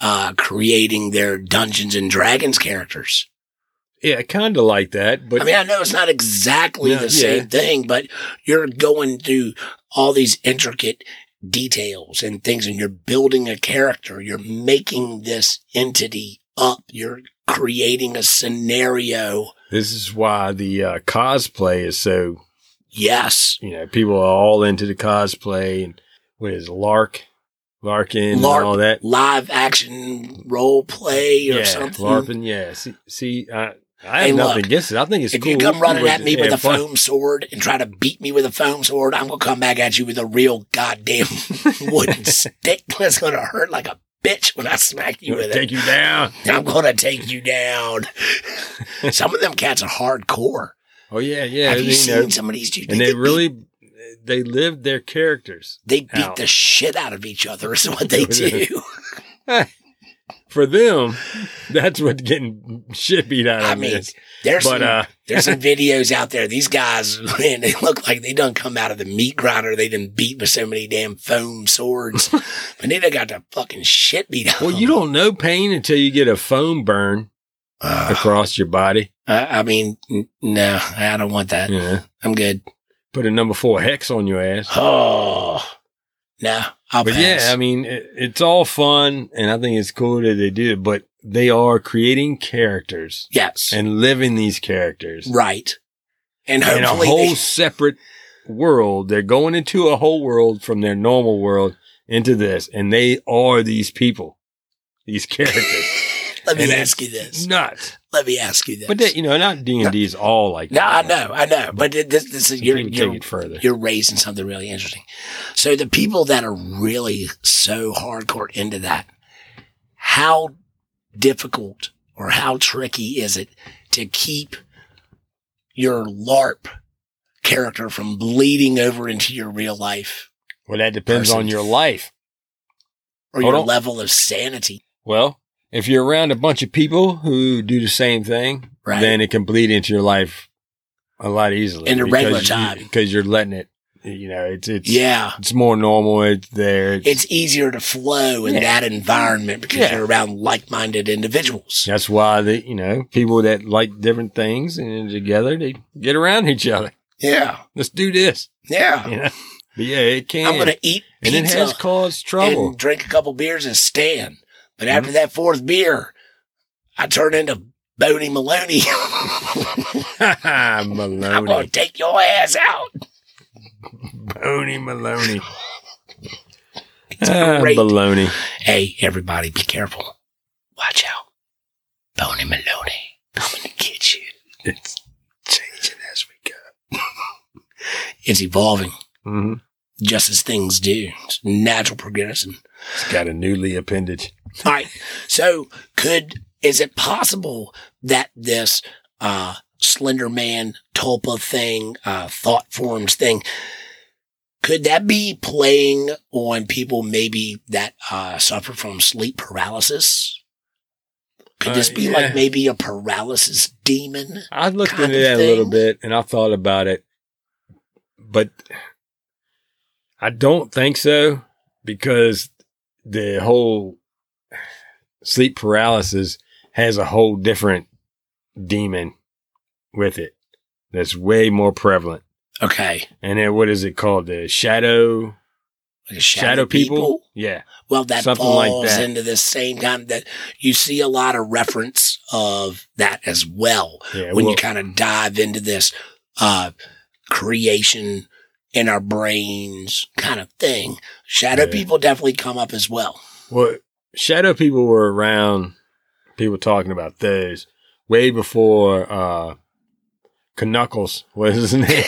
Speaker 3: uh creating their Dungeons and Dragons characters.
Speaker 2: Yeah, kind of like that, but
Speaker 3: I mean, I know it's not exactly
Speaker 2: Yeah,
Speaker 3: the
Speaker 2: yeah.
Speaker 3: same thing, but you're going through all these intricate details and things, and you're building a character. You're making this entity up. You're creating a scenario.
Speaker 2: this is why the uh, cosplay is so.
Speaker 3: Yes.
Speaker 2: You know, people are all into the cosplay and what is it, Lark, Larkin,
Speaker 3: LARP,
Speaker 2: and all that.
Speaker 3: Live action role play or
Speaker 2: yeah,
Speaker 3: something.
Speaker 2: LARPing. Yeah, see, see I, I
Speaker 3: Hey,
Speaker 2: have nothing
Speaker 3: look,
Speaker 2: against it. I think it's
Speaker 3: If
Speaker 2: cool.
Speaker 3: you come running
Speaker 2: But
Speaker 3: at me with
Speaker 2: yeah,
Speaker 3: a
Speaker 2: fun-
Speaker 3: foam sword and try to beat me with a foam sword, I'm gonna come back at you with a real goddamn wooden stick that's gonna hurt like a bitch when I smack you with it.
Speaker 2: take you down.
Speaker 3: I'm gonna take you down. Some of them cats are hardcore.
Speaker 2: Oh yeah, yeah.
Speaker 3: Have
Speaker 2: and,
Speaker 3: you
Speaker 2: you
Speaker 3: seen
Speaker 2: know,
Speaker 3: some of these dudes?
Speaker 2: and they
Speaker 3: beat-
Speaker 2: really they lived their characters.
Speaker 3: they beat
Speaker 2: out.
Speaker 3: the shit out of each other. Is what they do.
Speaker 2: For them, that's what getting shit beat out of
Speaker 3: I
Speaker 2: them
Speaker 3: mean,
Speaker 2: is.
Speaker 3: there's
Speaker 2: But
Speaker 3: some,
Speaker 2: uh,
Speaker 3: there's some videos out there. These guys, man, they look like they done come out of the meat grinder. They done beat with so many damn foam swords, but they done got the fucking shit beat out.
Speaker 2: well,
Speaker 3: of
Speaker 2: you
Speaker 3: them.
Speaker 2: don't know pain until you get a foam burn
Speaker 3: Uh,
Speaker 2: across your body.
Speaker 3: I, I mean, n- no, I don't want that.
Speaker 2: You know,
Speaker 3: I'm good.
Speaker 2: put a number four hex on your ass.
Speaker 3: Oh, no, I'll
Speaker 2: But
Speaker 3: pass.
Speaker 2: yeah, I mean, it, it's all fun, and I think it's cool that they do it. But they are creating characters
Speaker 3: yes,
Speaker 2: and living these characters.
Speaker 3: right, and
Speaker 2: in a
Speaker 3: hopefully
Speaker 2: whole
Speaker 3: they-
Speaker 2: separate world. They're going into a whole world from their normal world into this, and they are these people, these characters.
Speaker 3: Let me
Speaker 2: And
Speaker 3: ask you this.
Speaker 2: Nuts.
Speaker 3: Let me ask you this.
Speaker 2: But they, you know, not D and D is all like.
Speaker 3: no, I
Speaker 2: that.
Speaker 3: know, I know. But it- this, this is
Speaker 2: You
Speaker 3: you're
Speaker 2: can
Speaker 3: you're,
Speaker 2: take it further.
Speaker 3: you're raising something really interesting. So the people that are really so hardcore into that, how difficult or how tricky is it to keep your LARP character from bleeding over into your real life
Speaker 2: Well, that depends
Speaker 3: person.
Speaker 2: on your life.
Speaker 3: or
Speaker 2: Hold
Speaker 3: your
Speaker 2: on.
Speaker 3: level of sanity?
Speaker 2: Well, if you're around a bunch of people who do the same thing,
Speaker 3: Right.
Speaker 2: then it can bleed into your life a lot easily
Speaker 3: In the regular
Speaker 2: because you-
Speaker 3: time.
Speaker 2: because you're letting it. You know, it's it's
Speaker 3: Yeah.
Speaker 2: it's more normal. It's there. It's,
Speaker 3: It's easier to flow in
Speaker 2: Yeah.
Speaker 3: that environment because
Speaker 2: Yeah.
Speaker 3: you're around like minded individuals.
Speaker 2: that's why the you know people that like different things and together they get around each other.
Speaker 3: Yeah.
Speaker 2: Let's do this.
Speaker 3: Yeah.
Speaker 2: You know? But yeah, it can.
Speaker 3: I'm going to eat
Speaker 2: and
Speaker 3: pizza
Speaker 2: it has caused trouble.
Speaker 3: and drink a couple beers and stand. But after
Speaker 2: Mm-hmm.
Speaker 3: that fourth beer, I turn into Boney Maloney. I'm going
Speaker 2: Maloney.
Speaker 3: to take your ass out.
Speaker 2: Boney Maloney.
Speaker 3: It's
Speaker 2: Ah,
Speaker 3: great.
Speaker 2: Baloney.
Speaker 3: Hey, everybody, be careful. Watch out. Boney Maloney coming to get you.
Speaker 2: It's
Speaker 3: Changing as we go. it's evolving
Speaker 2: hmm
Speaker 3: just as things do. It's natural progression.
Speaker 2: It's got a newly appendage.
Speaker 3: All right. So could is it possible that this uh Slender Man Tulpa thing, uh thought forms thing, could that be playing on people maybe that uh suffer from sleep paralysis? Could this
Speaker 2: Uh,
Speaker 3: be
Speaker 2: yeah.
Speaker 3: like maybe a paralysis demon?
Speaker 2: I looked
Speaker 3: Kind
Speaker 2: into
Speaker 3: of
Speaker 2: that a little
Speaker 3: thing.
Speaker 2: bit and I thought about it, but I don't think so because the whole sleep paralysis has a whole different demon with it that's way more prevalent.
Speaker 3: Okay.
Speaker 2: And then what is it called? The shadow
Speaker 3: Like a
Speaker 2: shadow, people? Yeah.
Speaker 3: Well, that
Speaker 2: Something like
Speaker 3: falls
Speaker 2: that.
Speaker 3: into the same kind that you see a lot of reference of that as well.
Speaker 2: Yeah.
Speaker 3: when
Speaker 2: well,
Speaker 3: you kind of dive into this uh, creation in our brains kind of thing. Shadow
Speaker 2: Yeah.
Speaker 3: people definitely come up as well.
Speaker 2: Well, shadow people were around. People talking about those way before uh, Knuckles was his name.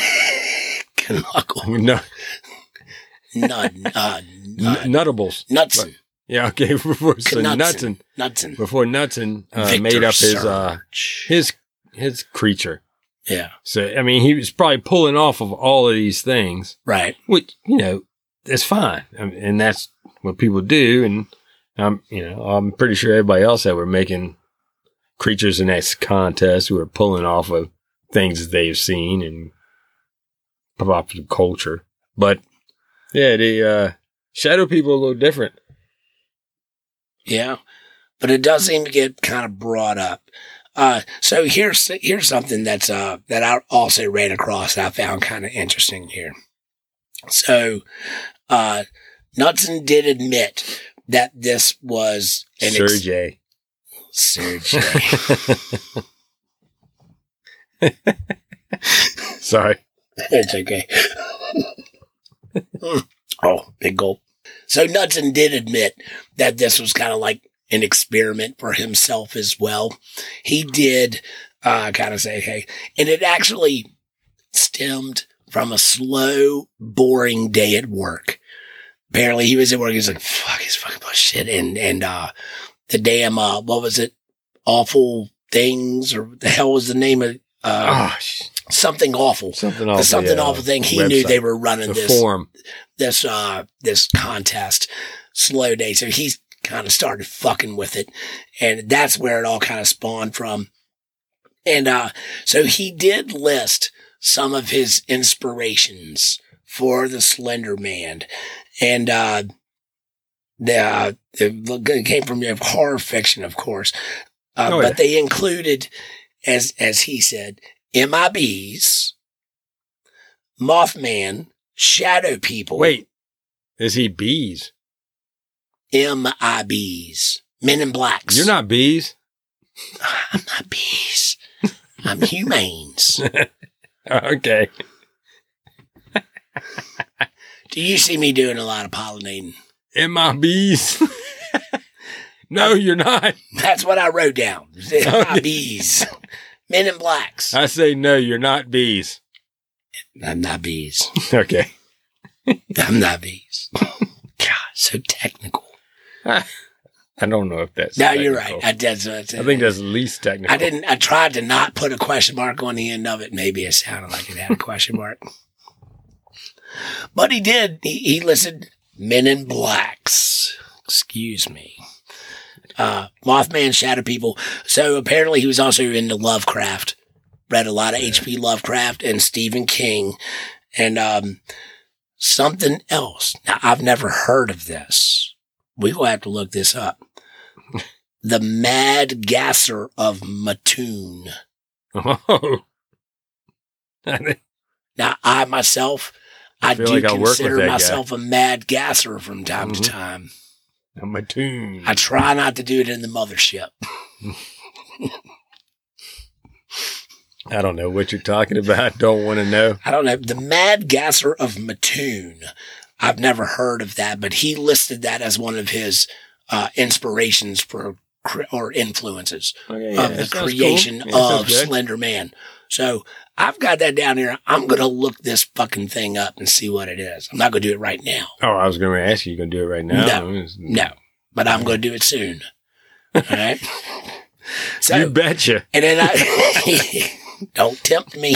Speaker 3: Knuckle,
Speaker 2: Nut-
Speaker 3: nut, uh, nut,
Speaker 2: Nuttables.
Speaker 3: Nutson,
Speaker 2: Yeah, okay. Before so
Speaker 3: Knudsen.
Speaker 2: Nutson,
Speaker 3: Nutson,
Speaker 2: before Nutson uh,
Speaker 3: Victor
Speaker 2: made up his uh,
Speaker 3: Surge.
Speaker 2: his his creature.
Speaker 3: yeah,
Speaker 2: So I mean, he was probably pulling off of all of these things,
Speaker 3: right,
Speaker 2: which you know, it's fine, I mean, and that's what people do. And I'm you know, I'm pretty sure everybody else that were making creatures in that contest who were pulling off of things that they've seen and popular culture. But yeah, the uh, shadow people are a little different.
Speaker 3: yeah. But it does seem to get kind of brought up. Uh, so here's here's something that's uh that I also ran across that I found kind of interesting here. So, uh, Knudsen did admit that this was an ex-
Speaker 2: Sergey.
Speaker 3: surgery.
Speaker 2: Sorry.
Speaker 3: it's okay. oh, big gulp. So Knudsen did admit that this was kind of like an experiment for himself as well. He did uh, kind of say, hey, and it actually stemmed from a slow, boring day at work. Apparently he was at work. He's like, fuck, it's fucking bullshit. And, and, uh, the damn, uh, what was it? Awful things or the hell was the name of, uh,
Speaker 2: Ah, sh-
Speaker 3: something awful.
Speaker 2: something awful.
Speaker 3: the something
Speaker 2: Oh, yeah.
Speaker 3: awful thing. He knew
Speaker 2: website.
Speaker 3: they were running
Speaker 2: uh, The
Speaker 3: this
Speaker 2: form.
Speaker 3: this uh this contest slow day, so he's kind of started fucking with it, and that's where it all kind of spawned from. And uh, so he did list some of his inspirations for the Slender Man, and uh, the uh, it came from you know, horror fiction, of course, uh,
Speaker 2: Oh,
Speaker 3: but
Speaker 2: yeah.
Speaker 3: they included, as as he said, MIBs, Mothman, Shadow People.
Speaker 2: Wait, is he bees?
Speaker 3: MIBs, Men in Blacks.
Speaker 2: You're not bees.
Speaker 3: I'm not bees. I'm humanes.
Speaker 2: Okay.
Speaker 3: Do you see me doing a lot of pollinating?
Speaker 2: Am I bees? no, you're not.
Speaker 3: That's what I wrote down.
Speaker 2: yeah.
Speaker 3: MIBs, Men in Blacks.
Speaker 2: I say no, you're not bees.
Speaker 3: I'm not bees.
Speaker 2: Okay.
Speaker 3: I'm not bees. God, so technical.
Speaker 2: I don't know if that's.
Speaker 3: No, you're right.
Speaker 2: technical.
Speaker 3: I, that's, what I said.
Speaker 2: I think that's the least technical.
Speaker 3: I didn't. I tried to not put a question mark on the end of it. Maybe it sounded like it had a question mark. But he did. He, he listed men in blacks. Excuse me. Uh, Mothman, Shadow People. So apparently he was also into Lovecraft. Read a lot of H.P. Lovecraft and Stephen King. And um, something else. Now, I've never heard of this. We will have to look this up. The Mad Gasser of Mattoon.
Speaker 2: Oh. I think-
Speaker 3: Now, I myself, I,
Speaker 2: feel
Speaker 3: do
Speaker 2: like I work with
Speaker 3: consider
Speaker 2: that guy.
Speaker 3: myself a mad gasser from time
Speaker 2: Mhm.
Speaker 3: to time.
Speaker 2: I'm a tune.
Speaker 3: I try not to do it in the mothership.
Speaker 2: I don't know what you're talking about. Don't want to know.
Speaker 3: I don't know. The Mad Gasser of Mattoon. I've never heard of that, but he listed that as one of his uh, inspirations for cre- or influences
Speaker 2: Okay,
Speaker 3: of the creation of Slender Man. So I've got that down here. I'm going to look this fucking thing up and see what it is. I'm not going to do it right now.
Speaker 2: Oh, I was going to ask you. You going to do it right now?
Speaker 3: No.
Speaker 2: It's-
Speaker 3: No, but I'm going to do it soon. All right. So,
Speaker 2: you betcha.
Speaker 3: and then I don't tempt me.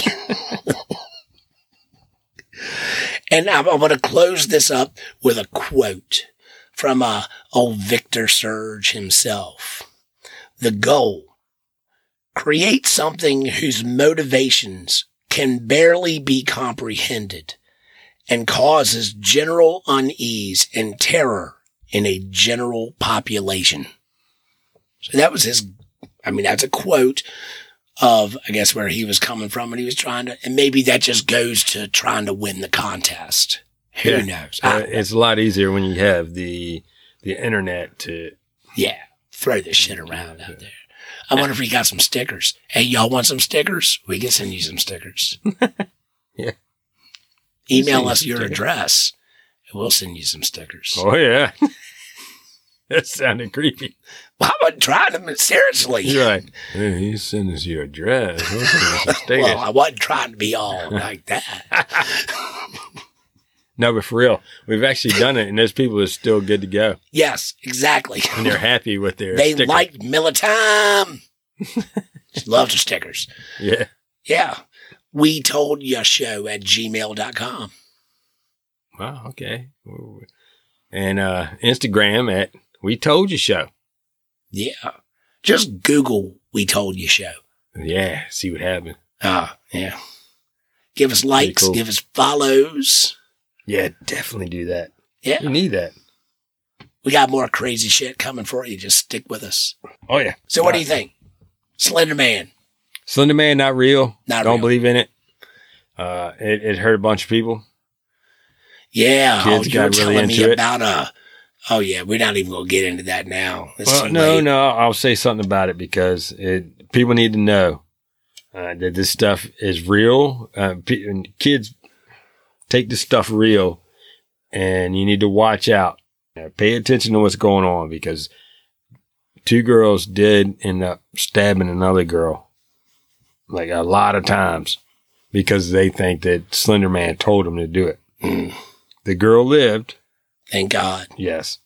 Speaker 3: and I'm, I'm going to close this up with a quote from uh, old Victor Surge himself. The goal create something whose motivations can barely be comprehended and causes general unease and terror in a general population. So that was his, I mean, that's a quote of, I guess, where he was coming from and he was trying to, and maybe that just goes to trying to win the contest. Who
Speaker 2: Yeah.
Speaker 3: knows?
Speaker 2: Uh,
Speaker 3: I-
Speaker 2: it's a lot easier when you have the the internet to.
Speaker 3: Yeah, throw this shit around out there. I wonder if we got some stickers. Hey, y'all want some stickers? We can send you some stickers.
Speaker 2: Yeah.
Speaker 3: Email
Speaker 2: Send you
Speaker 3: us
Speaker 2: some
Speaker 3: your
Speaker 2: stickers.
Speaker 3: address, and we'll send you some stickers.
Speaker 2: Oh yeah, that sounded creepy.
Speaker 3: Well, I wasn't trying to, seriously.
Speaker 2: You're right. Hey, you send us your address. We'll send us a sticker.
Speaker 3: Well, I wasn't trying to be all like that.
Speaker 2: no, but for real, we've actually done it, and there's people that's still good to go,
Speaker 3: yes, exactly.
Speaker 2: and they're happy with their.
Speaker 3: They
Speaker 2: sticker.
Speaker 3: like Militime. Love the stickers.
Speaker 2: Yeah.
Speaker 3: Yeah. We told you show at gmail.com.
Speaker 2: Wow. Okay. And uh, Instagram at We Told You Show.
Speaker 3: Yeah. Just Google We Told You Show.
Speaker 2: Yeah. See what happens.
Speaker 3: Ah, yeah. Give us likes,
Speaker 2: cool.
Speaker 3: give us follows.
Speaker 2: Yeah, definitely do that. You
Speaker 3: Yeah.
Speaker 2: need that.
Speaker 3: We got more crazy shit coming for you. Just stick with us.
Speaker 2: Oh yeah.
Speaker 3: So what do you think? Slender Man.
Speaker 2: Slender Man not real.
Speaker 3: Not
Speaker 2: Don't
Speaker 3: real.
Speaker 2: believe in it. Uh, it, it hurt a bunch of people.
Speaker 3: Yeah.
Speaker 2: Kids
Speaker 3: oh, you were
Speaker 2: got really
Speaker 3: telling me
Speaker 2: into it.
Speaker 3: about uh oh yeah, we're not even gonna get into that now. It's
Speaker 2: well,
Speaker 3: too
Speaker 2: no,
Speaker 3: late.
Speaker 2: no. I'll say something about it because it people need to know uh, that this stuff is real. Uh, pe- and kids take this stuff real, and you need to watch out. Uh, pay attention to what's going on because two girls did end up stabbing another girl, like a lot of times, because they think that Slender Man told them to do it.
Speaker 3: Mm,
Speaker 2: The girl lived.
Speaker 3: thank God.
Speaker 2: Yes.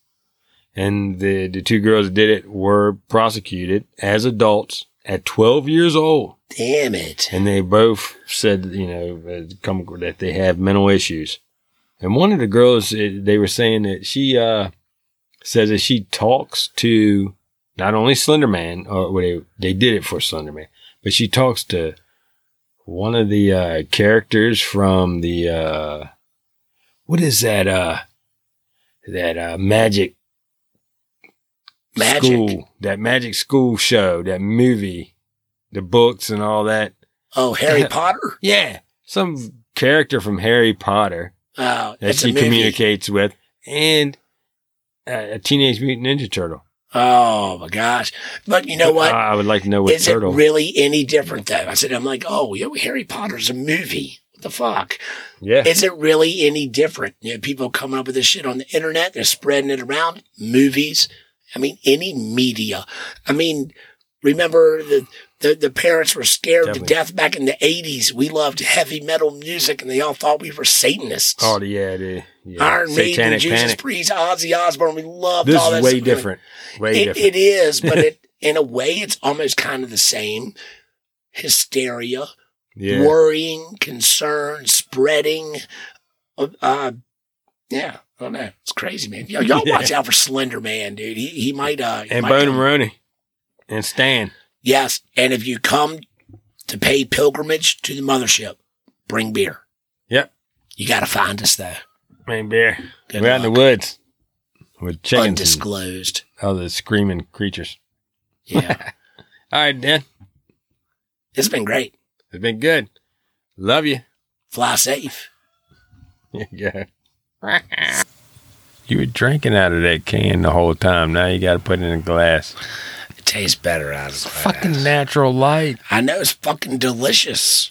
Speaker 2: And the, the two girls that did it were prosecuted as adults at 12 years old.
Speaker 3: Damn it.
Speaker 2: And they both said, you know, uh, come, that they have mental issues. And one of the girls, uh, they were saying that she uh, says that she talks to not only Slender Man, or well, they, they did it for Slender Man, but she talks to one of the uh, characters from the, uh, what is that, uh, that uh, magic
Speaker 3: Magic.
Speaker 2: school, that magic school show, that movie, the books and all that.
Speaker 3: Oh, Harry Potter?
Speaker 2: Yeah. Some character from Harry Potter
Speaker 3: Oh,
Speaker 2: that
Speaker 3: it's a
Speaker 2: she
Speaker 3: movie.
Speaker 2: communicates with and uh, a Teenage Mutant Ninja Turtle.
Speaker 3: Oh my gosh. But you know what?
Speaker 2: I, I would like to know what
Speaker 3: Is
Speaker 2: turtle.
Speaker 3: it really any different though? I said, I'm like, oh, yeah, Harry Potter's a movie. What the fuck?
Speaker 2: yeah.
Speaker 3: Is it really any different? You know, people coming up with this shit on the internet, they're spreading it around. Movies, I mean, any media. I mean, remember the the, the parents were scared to
Speaker 2: Definitely.
Speaker 3: death back in the '80s. We loved heavy metal music, and they all thought we were Satanists.
Speaker 2: oh, yeah. The, yeah.
Speaker 3: Iron Maiden,
Speaker 2: Satanic
Speaker 3: Jesus
Speaker 2: Panic.
Speaker 3: Priest, Ozzy Osbourne. We loved
Speaker 2: This
Speaker 3: all that.
Speaker 2: is way
Speaker 3: stuff.
Speaker 2: different. Way
Speaker 3: It,
Speaker 2: different.
Speaker 3: it is, but it in a way, it's almost kind of the same. Hysteria
Speaker 2: yeah.
Speaker 3: worrying, concern, spreading. Uh, uh, yeah, I don't know. It's crazy, man. Y'all, y'all
Speaker 2: Yeah.
Speaker 3: watch out for Slender Man, dude. He he might uh he
Speaker 2: and
Speaker 3: might
Speaker 2: Bo
Speaker 3: come-
Speaker 2: Maroney and Stan.
Speaker 3: Yes, and if you come to pay pilgrimage to the mothership, bring beer.
Speaker 2: Yep.
Speaker 3: You got to find us there.
Speaker 2: Main beer.
Speaker 3: Good
Speaker 2: We're out in
Speaker 3: luck.
Speaker 2: the woods with chickens and
Speaker 3: Undisclosed.
Speaker 2: other screaming creatures.
Speaker 3: Yeah.
Speaker 2: All right, Dan.
Speaker 3: it's been great.
Speaker 2: It's been good. Love you.
Speaker 3: Fly safe.
Speaker 2: yeah. You were drinking out of that can the whole time. Now you got to put it in a glass.
Speaker 3: It tastes better out of the glass.
Speaker 2: Fucking natural light.
Speaker 3: I know it's fucking delicious.